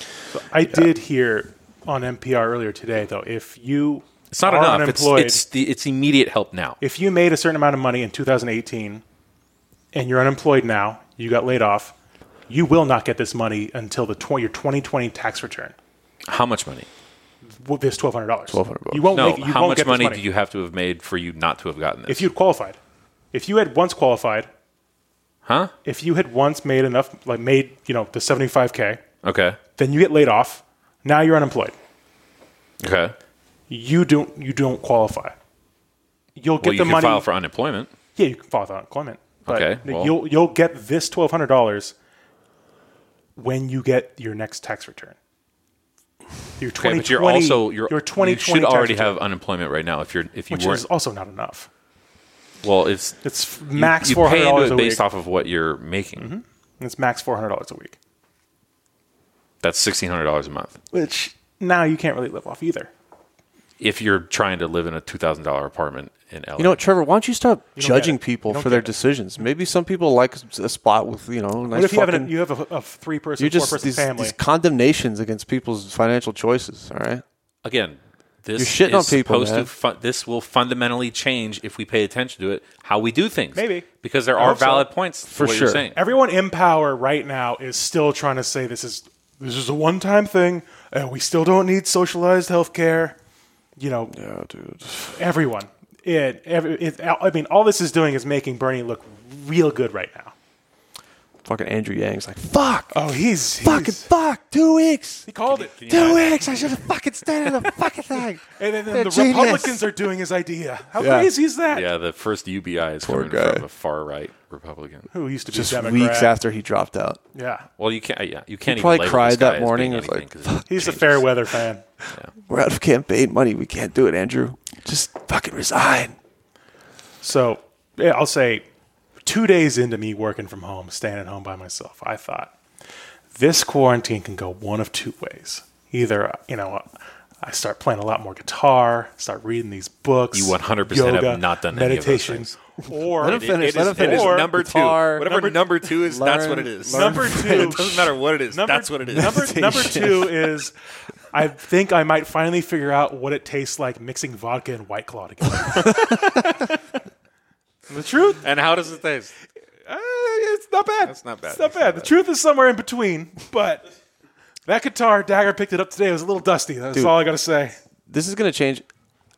S2: I did hear on NPR earlier today though, if you
S3: It's not
S2: are
S3: enough. It's,
S2: unemployed,
S3: it's the it's immediate help now.
S2: if you made a certain amount of money in 2018 and you're unemployed now, you got laid off, you will not get this money until the 20, your 2020 tax return.
S3: How much money?
S2: Well, This twelve hundred dollars. Twelve
S1: $1,200.
S2: You won't.
S3: No.
S2: make, you
S3: how
S2: won't
S3: much
S2: get this
S3: money,
S2: money
S3: do you have to have made for you not to have gotten this?
S2: if you'd qualified, if you had once qualified,
S3: huh?
S2: if you had once made enough, like made you know the seventy five k,
S3: Okay.
S2: then you get laid off. Now you're unemployed.
S3: Okay.
S2: You don't. You don't qualify. You'll get
S3: Well, you
S2: the
S3: can
S2: money.
S3: file for unemployment.
S2: yeah, you can file for unemployment. But
S3: Okay, well-
S2: You'll you'll get this twelve hundred dollars when you get your next tax return. Your
S3: Okay,
S2: twenty
S3: but you're also you're
S2: your twenty
S3: you should
S2: twenty
S3: already have unemployment right now if you're if you
S2: which
S3: weren't
S2: is also not enough.
S3: well it's
S2: It's
S3: you-
S2: max
S3: you
S2: four hundred
S3: pay into
S2: dollars
S3: it
S2: a
S3: based
S2: week. Mm-hmm.
S3: off of what you're making.
S2: It's max four hundred dollars a week.
S3: That's sixteen hundred dollars a month
S2: which now you can't really live off either.
S3: if you're trying to live in a two thousand dollar apartment in LA.
S1: You know, what, Trevor, why don't you stop
S2: don't get
S1: judging
S2: it. You
S1: people
S2: don't
S1: for their
S2: get it.
S1: decisions? Maybe some people like a spot with you know nice
S2: What if you have
S1: fucking.
S2: an, you have a, a three person,
S1: you're
S2: four
S1: just
S2: person
S1: these,
S2: family?
S1: these condemnations against people's financial choices. All right,
S3: again, this
S1: You're shitting
S3: is
S1: on people,
S3: supposed
S1: man.
S3: to. Fu- this will fundamentally change if we pay attention to it how we do things.
S2: Maybe.
S3: because there
S2: I
S3: are
S2: hope so.
S3: valid points for what
S1: sure.
S3: you're saying.
S2: Everyone in power right now is still trying to say this is this is a one time thing, and we still don't need socialized health care. You know,
S1: yeah, dude.
S2: everyone. It, every, it, I mean, all this is doing is making Bernie look real good right now.
S1: fucking Andrew Yang's like, fuck,
S2: Oh, he's, he's
S1: fucking fuck, two weeks.
S2: He called it.
S1: Two weeks. I should have fucking stayed in the
S2: [LAUGHS]
S1: fucking thing.
S2: And then, then
S1: They're
S2: the
S1: genius.
S2: Republicans are doing his idea. How
S1: Yeah.
S2: crazy is that?
S3: Yeah, the first UBI is
S1: Poor
S3: coming
S1: guy.
S3: from a far right Republican.
S2: Who used to be
S1: Just
S2: a Democrat.
S1: weeks after he dropped out.
S2: Yeah.
S3: Well, you can't. Yeah, you can't.
S1: He
S3: even
S1: probably
S3: label
S1: cried
S3: this guy
S1: that
S3: as
S1: morning.
S3: being
S1: It was like,
S3: anything 'cause it
S2: He's a
S3: changes.
S2: fair weather fan.
S1: We're out of campaign money. We can't do it, Andrew. Just fucking resign.
S2: So yeah, I'll say two days into me working from home, staying at home by myself, I thought this quarantine can go one of two ways. Either, uh, you know, uh, I start playing a lot more guitar, start reading these books.
S3: You 100% have
S2: yoga,
S3: not done any of those
S2: meditation,
S3: things.
S2: Or
S1: Let him finish.
S3: It
S1: Let him
S3: is, it is
S1: finish.
S2: Or
S3: number
S1: guitar.
S3: two. Whatever number,
S2: Number-
S3: two is, that's
S1: Learn-
S3: what it is.
S1: learn
S3: [LAUGHS]
S2: number two.
S3: it doesn't matter what it is.
S2: Number,
S3: that's what it is.
S2: Number, number
S1: Meditation.
S2: two is I think I might finally figure out what it tastes like mixing vodka and White Claw
S3: [LAUGHS]
S2: together. the truth?
S3: [LAUGHS] and how does it taste?
S2: Uh, it's not bad.
S3: That's not bad.
S2: It's not bad. The truth is somewhere in between, but that guitar, Dagger picked it up today. It was a little dusty. That's all I got to say.
S1: This is gonna change.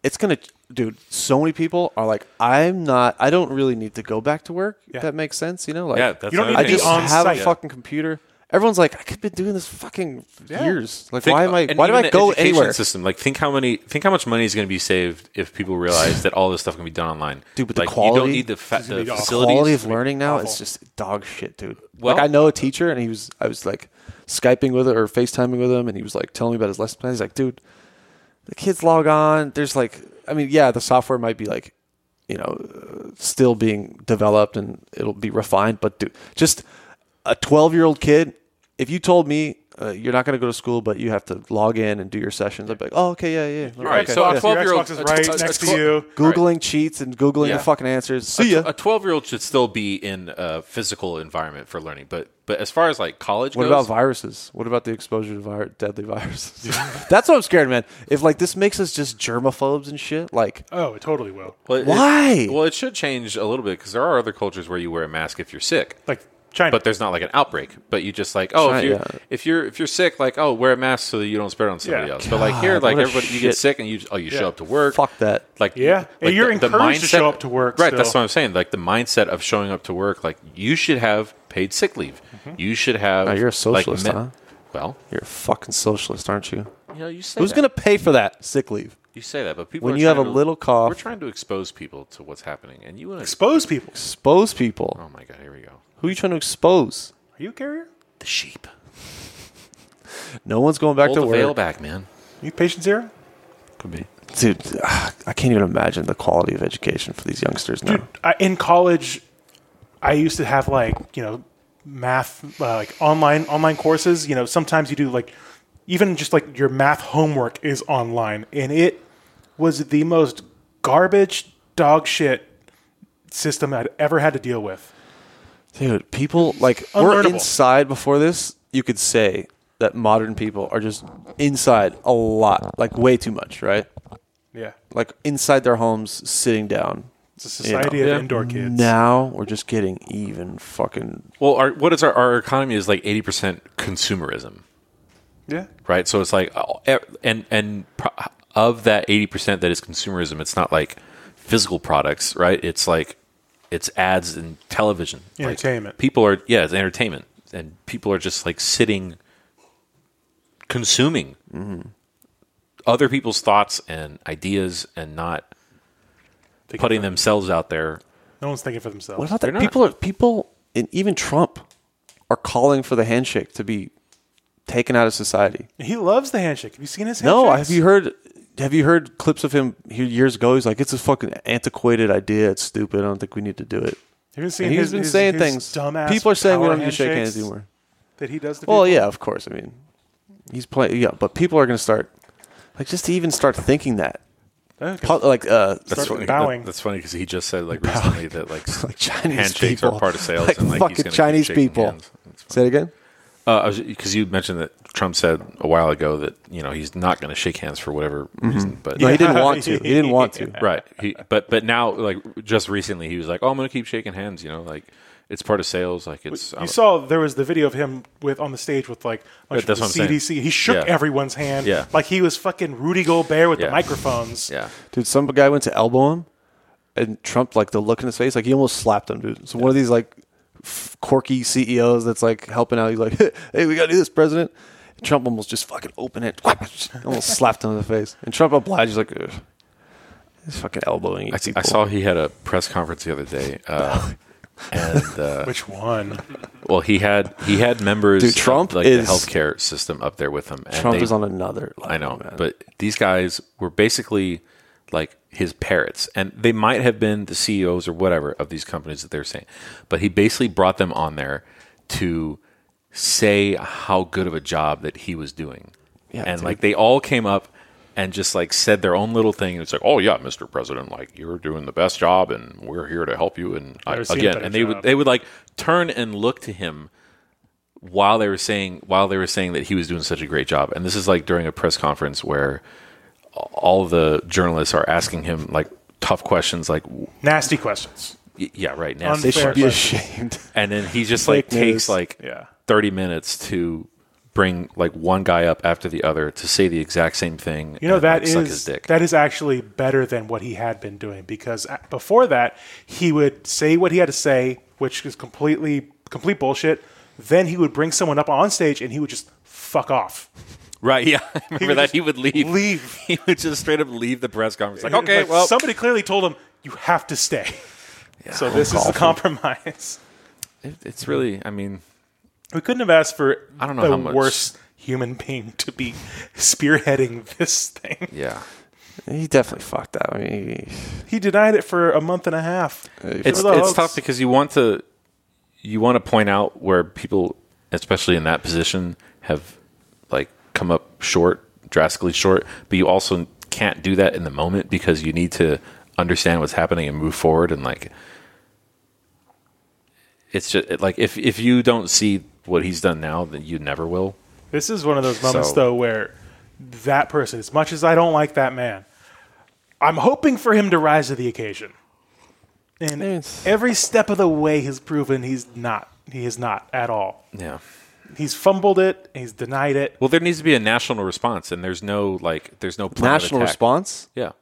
S1: It's gonna, dude. So many people are like, I'm not. I don't really need to go back to work. If
S2: Yeah.
S1: that makes sense, you know. Like,
S3: Yeah, that's
S2: You don't
S3: another
S1: I
S2: need to
S3: thing.
S1: just
S2: be on
S1: have
S2: site.
S1: a fucking computer. Everyone's like, I could be doing this fucking years. Like,
S3: Think-
S1: why am I?
S3: and
S1: Why do
S3: even
S1: I
S3: the
S1: go
S3: education
S1: anywhere?
S3: System, like think how many, think how much money is going to be saved if people realize that all this stuff can be done online.
S1: Dude, but the
S3: like, you
S1: quality-
S3: don't need the, fa-
S2: gonna
S3: the
S2: be awful.
S3: facilities.
S1: quality of learning now
S2: awful.
S1: is just dog shit, dude.
S3: Well-
S1: like I know a teacher, and he was I was like skyping with him or FaceTiming with him, and he was like telling me about his lesson plan. He's like, dude, the kids log on. There's like, I mean, yeah, the software might be like, you know, uh, still being developed and it'll be refined, but dude, just a 12 year old kid, if you told me. Uh, you're not going to go to school, but you have to log in and do your sessions. I'd be like, oh, okay, yeah, yeah. All
S3: right, so a
S2: Xbox, your
S3: 12-year-old
S2: Xbox is right
S3: a- a- a
S2: next to
S3: 12
S2: you.
S1: Googling cheats and Googling
S3: Yeah.
S1: the fucking answers. See ya.
S3: a twelve-year-old should still be in a physical environment for learning, but but as far as like college
S1: What
S3: goes,
S1: about viruses? What about the exposure to vir- deadly
S3: [LAUGHS]
S1: viruses? [LAUGHS] That's what I'm scared, man. If like this makes us just germaphobes and shit, like
S2: Oh, it totally will.
S3: Well, it-
S1: Why?
S3: well, it should change a little bit because there are other cultures where you wear a mask if you're sick,
S2: Like China.
S3: but there's not like an outbreak. But you just like, oh,
S1: China,
S3: if you're
S1: yeah.
S3: if you're if you're sick, like, oh, wear a mask so that you don't spread it on somebody
S2: Yeah.
S3: else. But like here,
S1: God,
S3: like
S1: what a
S3: everybody, you get
S1: shit.
S3: sick and you oh, you
S2: Yeah.
S3: show up to work.
S1: fuck that.
S3: Like
S2: Yeah. And you're encouraged to show up to work
S3: Right, that's
S2: still.
S3: what I'm saying. Like the mindset of showing up to work, like you should have paid sick leave.
S2: Mm-hmm.
S3: You should have.
S1: Oh, you're a
S3: like,
S1: socialist,
S3: me-
S1: huh?
S3: Well,
S1: You're a fucking socialist, aren't you?
S3: you know, you say
S1: Who's
S3: that.
S1: gonna pay for that sick leave?
S3: you say that, but people
S1: When
S3: are
S1: you have
S3: trying
S1: a
S3: to-
S1: little cough-
S3: we're trying to expose people to what's happening, and you want to.
S2: expose people.
S1: Expose people.
S3: Oh my god, here we go.
S1: Who are you trying to expose?
S2: Are you a carrier?
S3: The sheep.
S1: No one's going back
S3: Hold the
S1: to
S3: veil
S1: work,
S3: back, man.
S2: You patient zero?
S3: Could be.
S1: dude. ah, I can't even imagine the quality of education for these youngsters now.
S2: Dude, I, in college, I used to have like you know math uh, like online online courses. You know, sometimes you do like even just like your math homework is online, and it was the most garbage dog shit system I'd ever had to deal with.
S1: Dude, people like we're
S2: unlearnable.
S1: inside before this. You could say that modern people are just inside a lot, like way too much, right?
S2: Yeah,
S1: Like inside their homes, sitting down.
S2: it's a society of
S3: Yeah.
S2: indoor kids.
S1: Now we're just getting even fucking.
S3: Well, our, what is our, our economy is like eighty percent consumerism,
S2: Yeah,
S3: right? So it's like, oh, e- and and pro- of that eighty percent that is consumerism, it's not like physical products, right? It's like it's ads and television, Like,
S2: Entertainment.
S3: people are yeah, it's entertainment, and people are just like sitting, consuming other people's thoughts and ideas, and not putting themselves out there.
S2: no one's thinking for themselves.
S1: What about that?
S3: They're not.
S1: People are people, and even Trump are calling for the handshake to be taken out of society.
S2: He loves the handshake. Have you seen his handshake?
S1: No, have you heard? Have you heard clips of him he- years ago? He's like, "It's a fucking antiquated idea. It's stupid. I don't think we need to do it."
S2: Have you seen
S1: And he's
S2: his-
S1: been
S2: his-
S1: saying
S2: his
S1: things.
S2: Dumbass
S1: People are saying we
S2: power
S1: don't need to shake
S2: handshakes
S1: hands anymore.
S2: That he does. To
S1: Well,
S2: people?
S1: yeah, of course. I mean, he's playing. Yeah, but people are going to start like just to even start thinking that,
S2: Okay.
S1: Pu- like uh,
S2: Start
S3: funny.
S2: bowing.
S3: That- that's funny because he just said like recently that like,
S1: like Chinese
S3: handshakes
S1: people,
S3: are part of sales
S1: like
S3: and like
S1: fucking Chinese people. Say it again.
S3: Uh, Because you mentioned that Trump said a while ago that you know he's not going to shake hands for whatever
S1: Mm-hmm.
S3: reason, but
S1: [LAUGHS] No, he didn't want to. He didn't want
S2: [LAUGHS]
S1: to.
S3: right. He, but but now like just recently he was like, oh, I'm going to keep shaking hands. You know, like it's part of sales. Like it's
S2: You saw there was the video of him with on the stage with like a bunch of
S3: That's
S2: the
S3: what I'm saying.
S2: CDC. He shook
S3: Yeah.
S2: everyone's hand.
S3: Yeah.
S2: Like he was fucking Rudy Gobert with
S3: Yeah.
S2: the microphones.
S3: yeah.
S1: Dude, some guy went to elbow him, and Trump like the look in his face, like he almost slapped him, dude. So one of these like f- quirky CEOs that's like helping out. He's like, [LAUGHS] hey, we got to do this, President. Trump almost just fucking opened it, [LAUGHS] almost slapped him in the face. And Trump obliges, like, "Ugh." he's fucking elbowing
S3: I,
S1: these people.
S3: I saw he had a press conference the
S1: [LAUGHS]
S3: other day, uh, and uh,
S2: Which one?
S3: well, he had he had members
S1: Dude, Trump
S3: of, like
S1: is-
S3: the healthcare system up there with him. And
S1: Trump
S3: they-
S1: is on another level.
S3: I know,
S1: man.
S3: but these guys were basically like his parrots, and they might have been the CEOs or whatever of these companies that they're saying, but he basically brought them on there to say how good of a job that he was doing,
S1: Yeah,
S3: and
S1: dude.
S3: like they all came up and just like said their own little thing. It's like, oh yeah, Mr. President, like you're doing the best job, and we're here to help you. And I,
S2: Never seen a
S3: again,
S2: better
S3: and they would
S2: job.
S3: they would like turn and look to him while they were saying while they were saying that he was doing such a great job and this is like during a press conference where all the journalists are asking him like tough questions like w-
S2: Nasty questions.
S3: y- yeah right now
S1: they
S2: Unfair
S1: should be
S2: question.
S1: ashamed. [LAUGHS]
S3: and then he just like
S1: Fake news.
S3: takes like
S2: Yeah.
S3: 30 minutes to bring like one guy up after the other to say the exact same thing
S2: You know
S3: and,
S2: that
S3: like, suck
S2: is
S3: his dick
S2: that is actually better than what he had been doing because a- before that he would say what he had to say, which is completely complete bullshit. Then he would bring someone up on stage and he would just fuck off.
S3: right yeah [LAUGHS] i remember
S2: would
S3: that
S2: just
S3: he would leave
S2: leave.
S3: [LAUGHS] he would just straight up leave the press conference like okay well
S2: somebody clearly told him you have to stay. so this is the compromise.
S3: it, it's really i mean
S2: We couldn't have asked for
S3: I don't know
S2: the
S3: how much-
S2: worst human being to be [LAUGHS] spearheading this thing.
S3: yeah
S1: He definitely fucked up. I mean, he-
S2: He denied it for a month and a half.
S3: it's
S2: It was a
S3: it's
S2: hoax.
S3: tough because you want to you want to point out where people, especially in that position, have like come up short, drastically short. But you also can't do that in the moment because you need to understand what's happening and move forward. And like, it's just it- like if if you don't see what he's done now, then you never will.
S2: This is one of those moments,
S3: So-
S2: though, where that person, as much as I don't like that man, I'm hoping for him to rise to the occasion. And
S1: It's-
S2: every step of the way has proven he's not. He is not at all.
S3: Yeah.
S2: He's fumbled it. He's denied it.
S3: Well, there needs to be a national response, and there's no like, there's no plan of
S1: national
S3: attack.
S1: response?
S3: Yeah.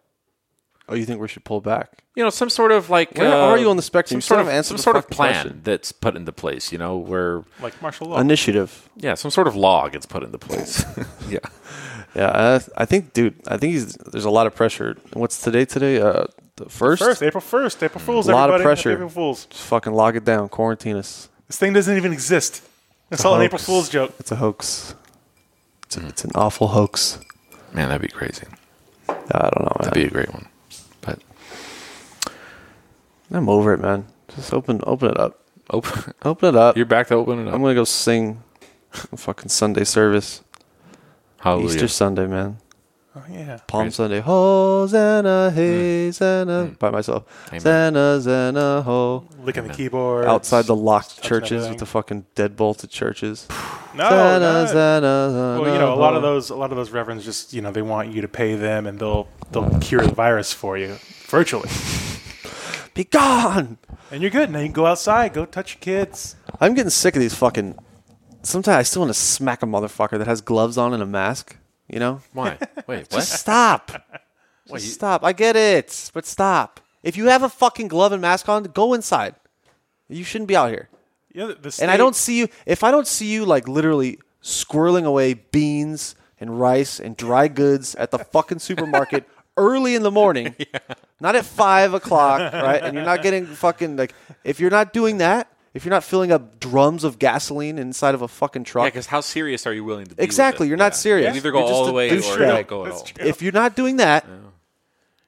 S1: Oh, you think we should pull back?
S3: you know, some sort of like
S1: Where
S3: uh,
S1: are you on the spectrum? You
S3: Some sort
S1: still haven't
S3: of
S1: answered
S3: some
S1: the
S3: sort of
S1: fucking
S3: plan
S1: question.
S3: that's put into place. You know, where
S2: Like martial law.
S1: Initiative.
S3: yeah, some sort of law gets put into
S1: [LAUGHS]
S3: place. yeah,
S1: Yeah, I, I think, dude. I think he's, there's a lot of pressure. What's today? Today, uh, the first.
S2: First, April 1st. April Fools,
S1: Lot of
S2: everybody.
S1: pressure.
S2: April Fools.
S1: Just fucking lock it down. Quarantine us.
S2: This thing doesn't even exist. It's all an April
S1: hoax.
S2: Fool's joke.
S1: It's a hoax. It's,
S3: Hmm.
S1: a, it's an awful hoax.
S3: man, that'd be crazy.
S1: I don't know, man.
S3: That'd be a great one. But
S1: I'm over it, man. Just open, open it up.
S3: open,
S1: Open it up.
S3: [LAUGHS] you're back to opening
S1: I'm
S3: up.
S1: gonna go sing, fucking Sunday service.
S3: Hallelujah.
S1: Easter Sunday, man.
S2: Oh, yeah.
S1: Palm
S3: Praise-
S1: Sunday. Hosanna, hey, Zanna. By myself.
S3: Hmm. Amen.
S1: Zanna, Zanna, ho.
S2: Licking the keyboard.
S1: Outside the locked churches
S2: everything.
S1: with the fucking deadbolted churches.
S2: No,
S1: Zanna,
S2: no.
S1: Zanna,
S2: Oh, Well, you know, a
S1: Zanna,
S2: lot
S1: ho.
S2: of those, a lot of those reverends just, you know, they want you to pay them, and they'll they'll cure the virus for you virtually,
S1: Be gone!
S2: and you're good. Now you can go outside, go touch your kids.
S1: I'm getting sick of these fucking. Sometimes I still want to smack a motherfucker that has gloves on and a mask. You know, [LAUGHS]
S3: Why? Wait, what?
S1: just
S2: [LAUGHS]
S1: stop. Just stop. I get it, but stop. If you have a fucking glove and mask on, go inside. You shouldn't be out here.
S2: You know, the state,
S1: And I don't see you. If I don't see you like literally squirreling away beans and rice and dry goods at the fucking
S2: [LAUGHS]
S1: supermarket early in the morning, not at five o'clock, right? And you're not getting fucking like if you're not doing that, if you're not filling up drums of gasoline inside of a fucking
S3: yeah,
S1: truck,
S3: because how serious are you willing to be? with
S1: Exactly,
S3: it?
S1: you're not
S3: Yeah.
S1: serious.
S3: You either go
S1: You're
S3: all
S1: just
S3: the
S1: a
S3: way or
S1: douchebag.
S3: don't go at
S2: That's
S3: all.
S2: true.
S1: if you're not doing that,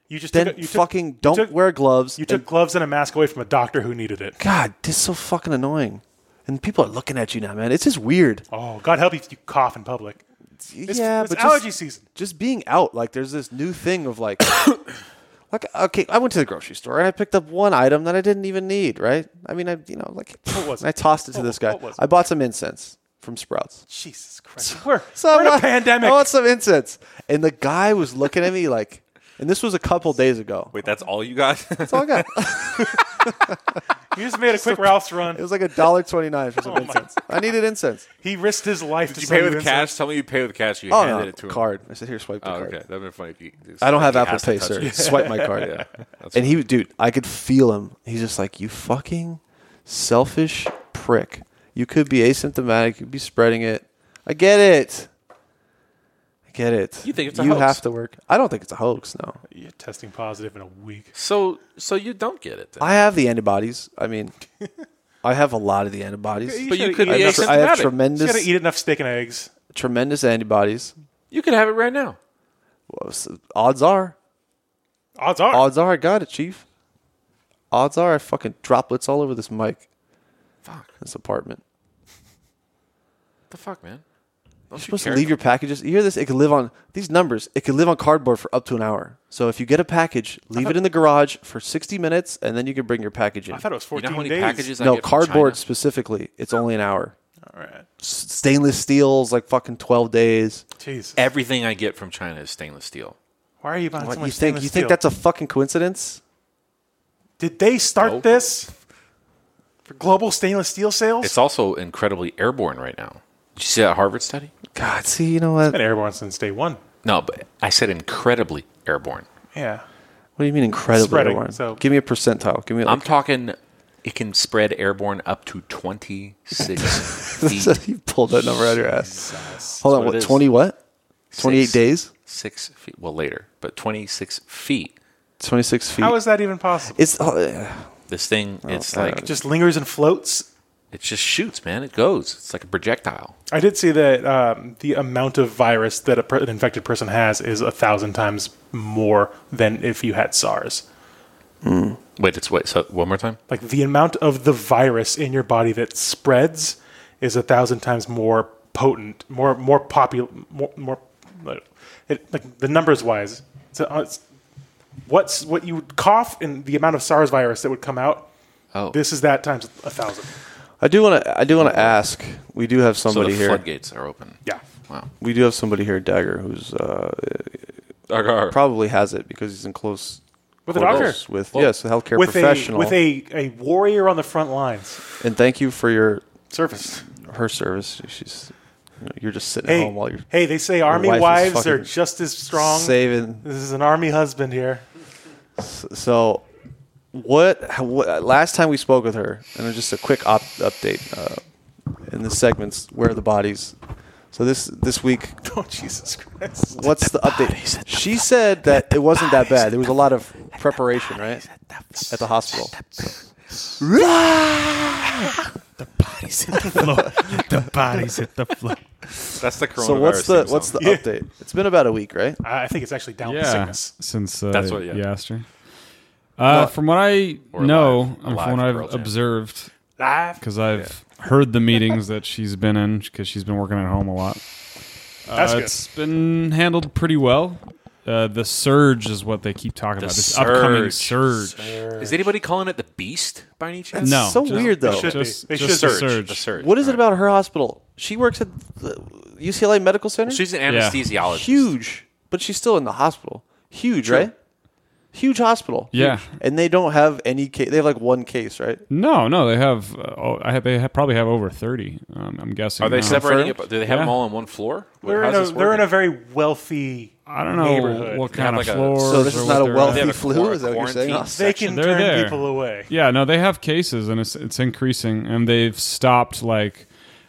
S2: you just
S1: then
S2: took a- you took-
S1: fucking don't
S2: took-
S1: wear gloves.
S2: You took
S1: and-
S2: gloves and a mask away from a doctor who needed it.
S1: God, this is so fucking annoying. And people are looking at you now, man. It's just weird.
S2: Oh, God help you if you cough in public. It's,
S1: yeah,
S2: it's
S1: but just-
S2: allergy season.
S1: just being out like there's this new thing of like [COUGHS] like okay i went to the grocery store and i picked up one item that i didn't even need right i mean i you know like [LAUGHS]
S2: was
S1: and i
S2: it?
S1: tossed it to
S2: [LAUGHS] What-
S1: this guy
S2: what was it?
S1: i bought some incense from sprouts
S2: Jesus Christ, we're,
S1: so Oh,
S2: we're in
S1: I-
S2: a pandemic.
S1: i bought some incense and the guy was looking at me like and this was a couple days ago
S3: Wait, that's all
S1: [LAUGHS]
S3: you got?
S1: that's all i got
S2: you just made a quick Ralph's
S1: it
S2: run.
S1: was like a dollar 29
S2: [LAUGHS]
S1: for some
S2: Oh my
S1: incense i needed incense
S2: He risked his life to
S3: you
S2: sell
S3: pay with
S2: incense.
S3: cash? Tell me you pay with cash. You
S1: oh
S3: handed
S1: no
S3: it to him.
S1: card i said here swipe the
S3: Oh,
S1: card
S3: okay, that'd been funny. If you,
S1: I don't have
S3: he
S1: Apple
S3: has to
S1: Pay,
S3: touch
S1: sir.
S3: it. [LAUGHS]
S1: Swipe my
S2: [LAUGHS]
S1: card.
S3: Yeah, that's
S1: and he, dude, I could feel him. He's just like, you fucking selfish prick. You could be asymptomatic. You could be spreading it. I get it. I get it.
S3: You think it's a
S1: You
S3: hoax?
S1: have to work. I don't think it's a hoax. No,
S2: You're testing positive in a week.
S3: So so you don't get it. Then.
S1: I have the antibodies. I
S3: [LAUGHS]
S1: mean, I have a lot of the antibodies.
S2: You
S3: but you
S2: should've
S3: could
S2: eaten
S3: be
S1: I have,
S2: enough-
S1: tr- I have
S2: You
S3: asymptomatic.
S2: gotta
S1: tremendous,
S2: eat enough steak and eggs.
S1: tremendous antibodies.
S3: you could have it right now.
S1: Well, s- Odds are,
S2: Odds are.
S1: odds are, I got it, Chief. Odds are, I fucking droplets all over this mic,
S3: Fuck
S1: this apartment.
S3: the fuck, man. Don't you
S1: You're supposed
S3: care?
S1: to leave your packages. You hear this? It could live on these numbers. It could live on cardboard for up to an hour. So if you get a package, leave it in the garage for 60 minutes, and then you can bring your package in.
S2: I thought it was
S3: You know
S2: 14
S3: how many
S2: days.
S3: packages I
S1: no
S3: get from
S1: cardboard
S3: China?
S1: specifically. It's only an hour.
S2: All right.
S1: S- Stainless steel's like fucking 12 days.
S2: Jeez.
S3: Everything I get from China is stainless steel.
S2: Why are you buying
S1: What
S2: so
S1: you
S2: much
S1: think?
S2: stainless
S1: You think
S2: steel?
S1: that's a fucking coincidence?
S2: Did they start
S3: Nope.
S2: this for global stainless steel sales?
S3: It's also incredibly airborne right now. Did you see that Harvard study?
S1: God, see, you know what?
S2: been airborne since day one.
S3: No, but I said incredibly airborne.
S2: Yeah.
S1: What do you mean incredibly
S2: Spreading,
S1: airborne?
S2: so-
S1: Give me a percentile. Give me
S3: I'm
S1: like,
S3: talking it can spread airborne up
S1: [LAUGHS]
S3: to 26
S1: [LAUGHS] so
S3: feet.
S1: you pulled that number out of your ass.
S2: Jesus.
S1: Hold on,
S3: what
S1: what?
S3: it is.
S1: 20 what? 28
S3: Six.
S1: days?
S3: Six feet. Well, later, but 26 feet.
S1: 26 feet.
S2: How is that even possible?
S1: it's oh, yeah.
S3: This thing, it's
S1: Oh, I
S3: like,
S2: It just lingers and floats.
S3: it just shoots, man. It goes. It's like a projectile.
S2: I did see that um, the amount of virus that a per- an infected person has is a thousand times more than if you had SARS.
S3: Wait, it's wait. So one more time.
S2: Like the amount of the virus in your body that spreads is a thousand times more potent, more more popular, more more. It, like the numbers wise, so uh, it's, what's what you would cough and the amount of SARS virus that would come out.
S3: Oh,
S2: This is that times a thousand.
S1: I do want to. I do want to ask. We do have
S3: so
S1: somebody
S3: the
S1: here.
S3: floodgates are open.
S2: Yeah.
S3: Wow.
S1: We do have somebody here, Dagger, who's uh,
S3: Probably
S1: probably has it because he's in close
S2: With a
S1: quarters
S2: doctor.
S1: with
S3: Well,
S1: yes, a healthcare
S2: With a
S1: professional.
S2: with a, a warrior on the front lines.
S1: and thank you for your
S2: Surface.
S1: her service. She's you know, you're just sitting at
S2: Hey,
S1: home while you're
S2: hey, they say army
S1: wife is
S2: wives
S1: fucking
S2: are just as strong.
S1: saving.
S2: This is an army husband here. [LAUGHS]
S1: So what, what? Last time we spoke with her, and just a quick op- update uh, in the segments. Where are the bodies? So this this week
S2: Oh Jesus Christ!
S1: What's the, update? she said that it wasn't that bad. There was a lot of preparation, right? At the hospital.
S2: [LAUGHS]
S4: the bodies hit [LAUGHS] the floor.
S3: that's the coronavirus.
S1: So what's the
S3: theme
S1: what's
S3: song.
S1: the update? It's been about a week, right?
S2: I I think it's actually down with sickness.
S4: since uh,
S3: That's what- yeah.
S4: you asked her. Uh, from what I
S3: Or
S4: know,
S3: live.
S4: and
S3: Live
S4: from what
S3: Pearl
S4: I've
S3: Jam.
S4: observed,
S2: Live.
S4: because I've heard the meetings that she's been in, because she's been working at home a lot. Uh,
S2: That's good.
S4: It's been handled pretty well. Uh, the surge is what they keep talking about. This upcoming surge.
S3: Is anybody calling it the beast by any chance?
S4: No,
S1: so weird though.
S2: should-
S4: Just,
S2: They
S4: just
S2: should
S4: the
S2: be.
S4: surge.
S3: The surge.
S1: What is it about her hospital? She works at the UCLA Medical Center.
S3: She's an
S4: Yeah.
S3: anesthesiologist.
S1: huge, but she's still in the hospital. Huge, right? Huge hospital.
S4: Yeah.
S1: And they don't have any case. They have like one case, right?
S4: No, no, they have. Uh, oh, I have. They have, probably have over thirty. Um, I'm guessing.
S3: Are they
S4: now.
S3: separating it?
S1: Confirmed?
S3: Do they have them
S4: Yeah.
S3: all on one floor?
S2: They're,
S3: How's
S2: in a,
S3: this
S2: they're in a
S3: working?
S2: very wealthy.
S4: I don't know
S2: neighborhood.
S4: what
S3: They
S4: kind
S3: have
S4: of
S3: like a-
S4: floors.
S1: So this
S4: or
S1: is
S4: what
S1: not a
S4: they're at.
S1: wealthy
S3: have a
S1: flu.
S3: quar-
S1: is that what you're saying?
S3: quarantine
S1: Oh,
S2: They
S1: section.
S2: can
S4: They're
S2: turn
S4: there.
S2: people away.
S4: Yeah, no, they have cases and it's it's increasing, and they've stopped like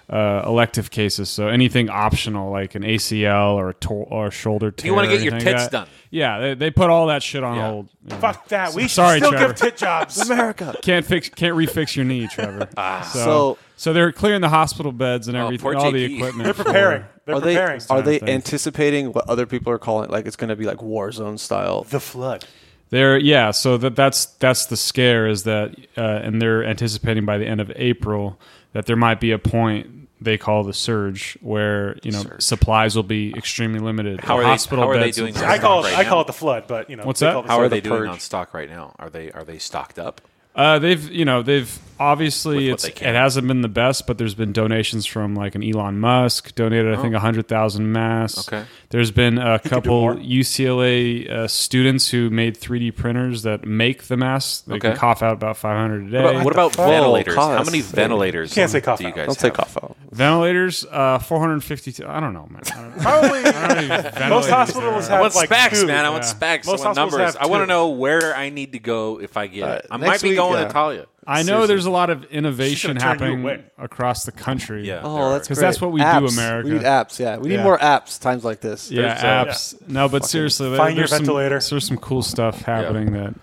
S4: uh, elective cases. So anything optional, like an ACL or a to- or a shoulder tear.
S3: you wanna
S4: or
S3: get your
S4: anything like
S3: tits
S4: that.
S3: done.
S4: Yeah, they, they put all that shit on
S3: Yeah.
S4: hold. Yeah.
S2: Fuck that. We should
S4: Sorry,
S2: still
S4: Trevor.
S2: give tit [LAUGHS] jobs.
S1: America.
S4: Can't fix, can't refix your knee, Trevor. so,
S1: So-
S4: so they're clearing the hospital beds and everything,
S3: Ah. Oh, poor
S4: all the
S3: JP.
S4: equipment.
S2: They're preparing.
S4: for-
S2: They're
S1: are they
S2: preparing.
S1: are they
S4: Things.
S1: anticipating what other people are calling like it's going to be like war zone style?
S2: the flood.
S4: They're yeah, so that that's that's the scare is that, uh, and they're anticipating by the end of April that there might be a point they call the surge where you know supplies will be extremely limited.
S3: How
S4: or
S3: are they-
S4: hospital
S3: how are they
S4: beds
S3: doing
S4: and-
S3: that?
S2: I call it,
S3: Right
S2: I
S3: now.
S2: call it the flood, but you know
S4: What's
S2: they
S4: that?
S2: call it
S3: How
S2: the
S3: are
S2: flood.
S3: they doing
S1: purge.
S3: on stock right now? Are they are they stocked up?
S4: Uh, they've you know they've obviously
S3: With what
S4: it's
S3: they
S4: it
S3: can.
S4: hasn't been the best, but there's been donations from like an Elon Musk donated I think a hundred thousand masks.
S3: Oh. Okay.
S4: There's been a
S2: more.
S4: couple UCLA uh, students who made 3D printers that make the masks. They can
S3: Okay.
S4: cough out about 500 a day.
S3: What about, what about
S1: fuck?
S3: ventilators?
S1: Whoa,
S3: How many
S1: cost.
S3: ventilators
S2: Can't say cough
S3: do you
S2: out.
S3: guys
S1: Don't say
S3: have?
S1: cough out.
S4: Ventilators, uh, 452. I don't know, man. I don't know.
S2: Probably most
S4: Ventilators
S2: hospitals
S4: are-
S3: I
S2: have
S3: want
S2: like
S3: specs,
S2: two.
S3: man. I want
S4: Yeah.
S3: specs.
S2: Most
S3: I want
S2: hospitals
S3: numbers.
S2: have
S3: I want to
S2: two.
S3: know where I need to go if I get
S1: Uh,
S3: it. I
S1: next
S3: might be
S1: week,
S3: going
S1: yeah.
S3: to Talia.
S4: I know
S3: Seriously.
S4: there's a lot of innovation
S2: She's gonna turn you
S4: happening
S2: away.
S4: across the country.
S3: Yeah.
S1: Oh, that's
S4: Because that's
S1: great.
S4: what we do,
S1: Apps.
S4: America.
S1: We need apps. Yeah, we need
S4: Yeah.
S1: more apps. Times like this.
S4: Yeah,
S3: There's, uh,
S4: apps. No, but seriously, there-
S2: find your
S4: there's some,
S2: ventilator.
S4: There's some cool stuff happening that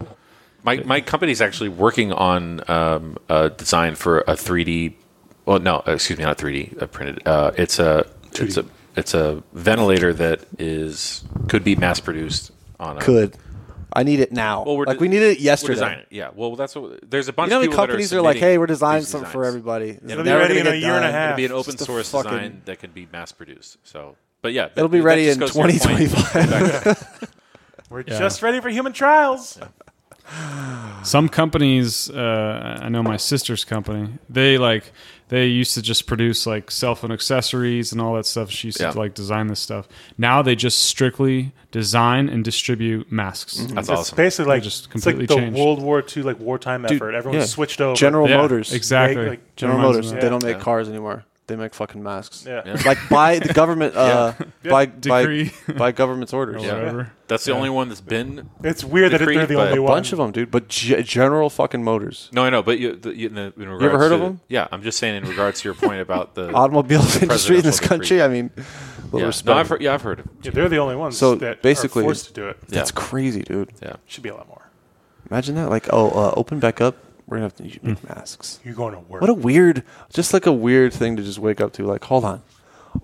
S3: My my company's actually working on um, a design for a 3D. Well, no, excuse me, not 3D uh, printed. Uh, it's a it's a it's a ventilator that is could be mass produced on a
S1: Could. I need it now.
S3: Well, we're
S1: like
S3: de-
S1: we needed it
S3: we're
S1: yesterday.
S3: designing it. Yeah. Well, that's what there's a
S1: You
S3: bunch
S1: know, how
S3: of
S1: many
S3: people
S1: companies
S3: that
S1: are,
S3: are,
S1: like,
S3: submitting
S1: "Hey, we're designing
S3: these
S1: something for
S3: designs.
S1: everybody." It's
S2: It'll be
S1: never
S2: ready
S1: gonna
S2: in
S1: get
S2: a year and a
S1: done.
S2: half.
S3: It'll be an
S1: It's
S3: open
S1: just a
S3: source
S1: fucking-
S3: design that can be mass produced. So, but yeah,
S1: It'll be
S3: that
S1: ready
S3: just
S1: in
S3: goes to your point. [LAUGHS]
S1: 2025.
S2: We're just ready for human trials.
S4: some companies uh, i know my sister's company they like they used to just produce like cell phone accessories and all that stuff she used
S3: Yeah.
S4: to like design this stuff now they just strictly design and distribute masks
S2: It's
S3: That's awesome.
S2: basically like
S4: just
S2: it's like
S4: completely
S2: the
S4: changed.
S2: World War II like wartime effort. Everyone
S1: yeah.
S2: switched over.
S1: General
S4: Yeah,
S1: Motors.
S4: exactly
S2: Right, like,
S1: General
S4: Reminds me
S1: Motors.
S4: of
S1: They
S4: that.
S1: don't make cars anymore. They make fucking masks.
S2: Yeah. Yeah.
S1: Like by
S3: [LAUGHS]
S1: the government. Uh, By, by
S4: Decree.
S1: [LAUGHS] by government's orders.
S4: Or whatever.
S3: That's the only one that's been.
S2: It's weird that
S3: Decree,
S2: they're the
S3: but-
S2: only
S1: A
S3: A
S2: one.
S1: bunch of them, dude. But G- General fucking Motors.
S3: No, I know, but you, the, you, in the, in regards
S1: heard
S3: to,
S1: of 'em?
S3: Yeah, I'm just saying in regards to your point
S1: [LAUGHS]
S3: about the
S1: Automobile industry in this
S3: presidential
S1: country.
S3: decree.
S1: I mean, little
S3: Yeah.
S1: respect.
S3: No, I've heard, yeah, I've heard of.
S2: Yeah, they're the only ones
S1: So,
S2: that
S1: basically-
S2: are forced to do it.
S1: That's
S3: yeah.
S1: crazy, dude.
S3: Yeah.
S2: Should be a lot more.
S1: Imagine that. Like, oh, uh, open back up. We're gonna have to make
S3: Hmm.
S1: masks.
S2: You're going to work.
S1: What a weird, just like a weird thing to just wake up to. Like, hold on,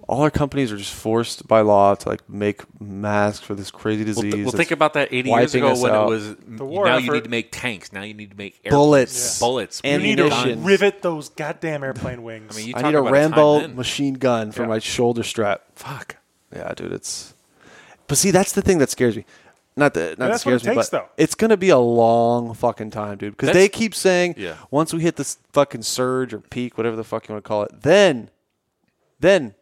S1: all our companies are just forced by law to like make masks for this crazy
S3: Well,
S1: disease.
S3: th- well,
S1: that's
S3: think about that 80 years
S1: wiping
S3: ago
S1: us
S3: when
S1: out.
S3: it was. The
S2: war
S3: now you
S2: effort-
S3: need to make tanks. Now you need to make airplanes,
S1: bullets,
S3: bullets,
S2: you need to
S1: ammunition.
S2: rivet those goddamn airplane wings.
S3: mean, you
S1: I
S3: talk
S1: need a
S3: about time
S1: Rambo
S3: then.
S1: machine gun for
S2: Yeah.
S1: my shoulder strap. Fuck. Yeah, dude, it's. But see, that's the thing that scares me. Not that, not that
S2: that's what
S1: scares
S2: it takes,
S1: me,
S2: though.
S1: but it's gonna be a long fucking time, dude. Because they
S3: That's-
S1: keep saying,
S3: Yeah.
S1: once we hit this fucking surge or peak, whatever the fuck you want to call it, then, then,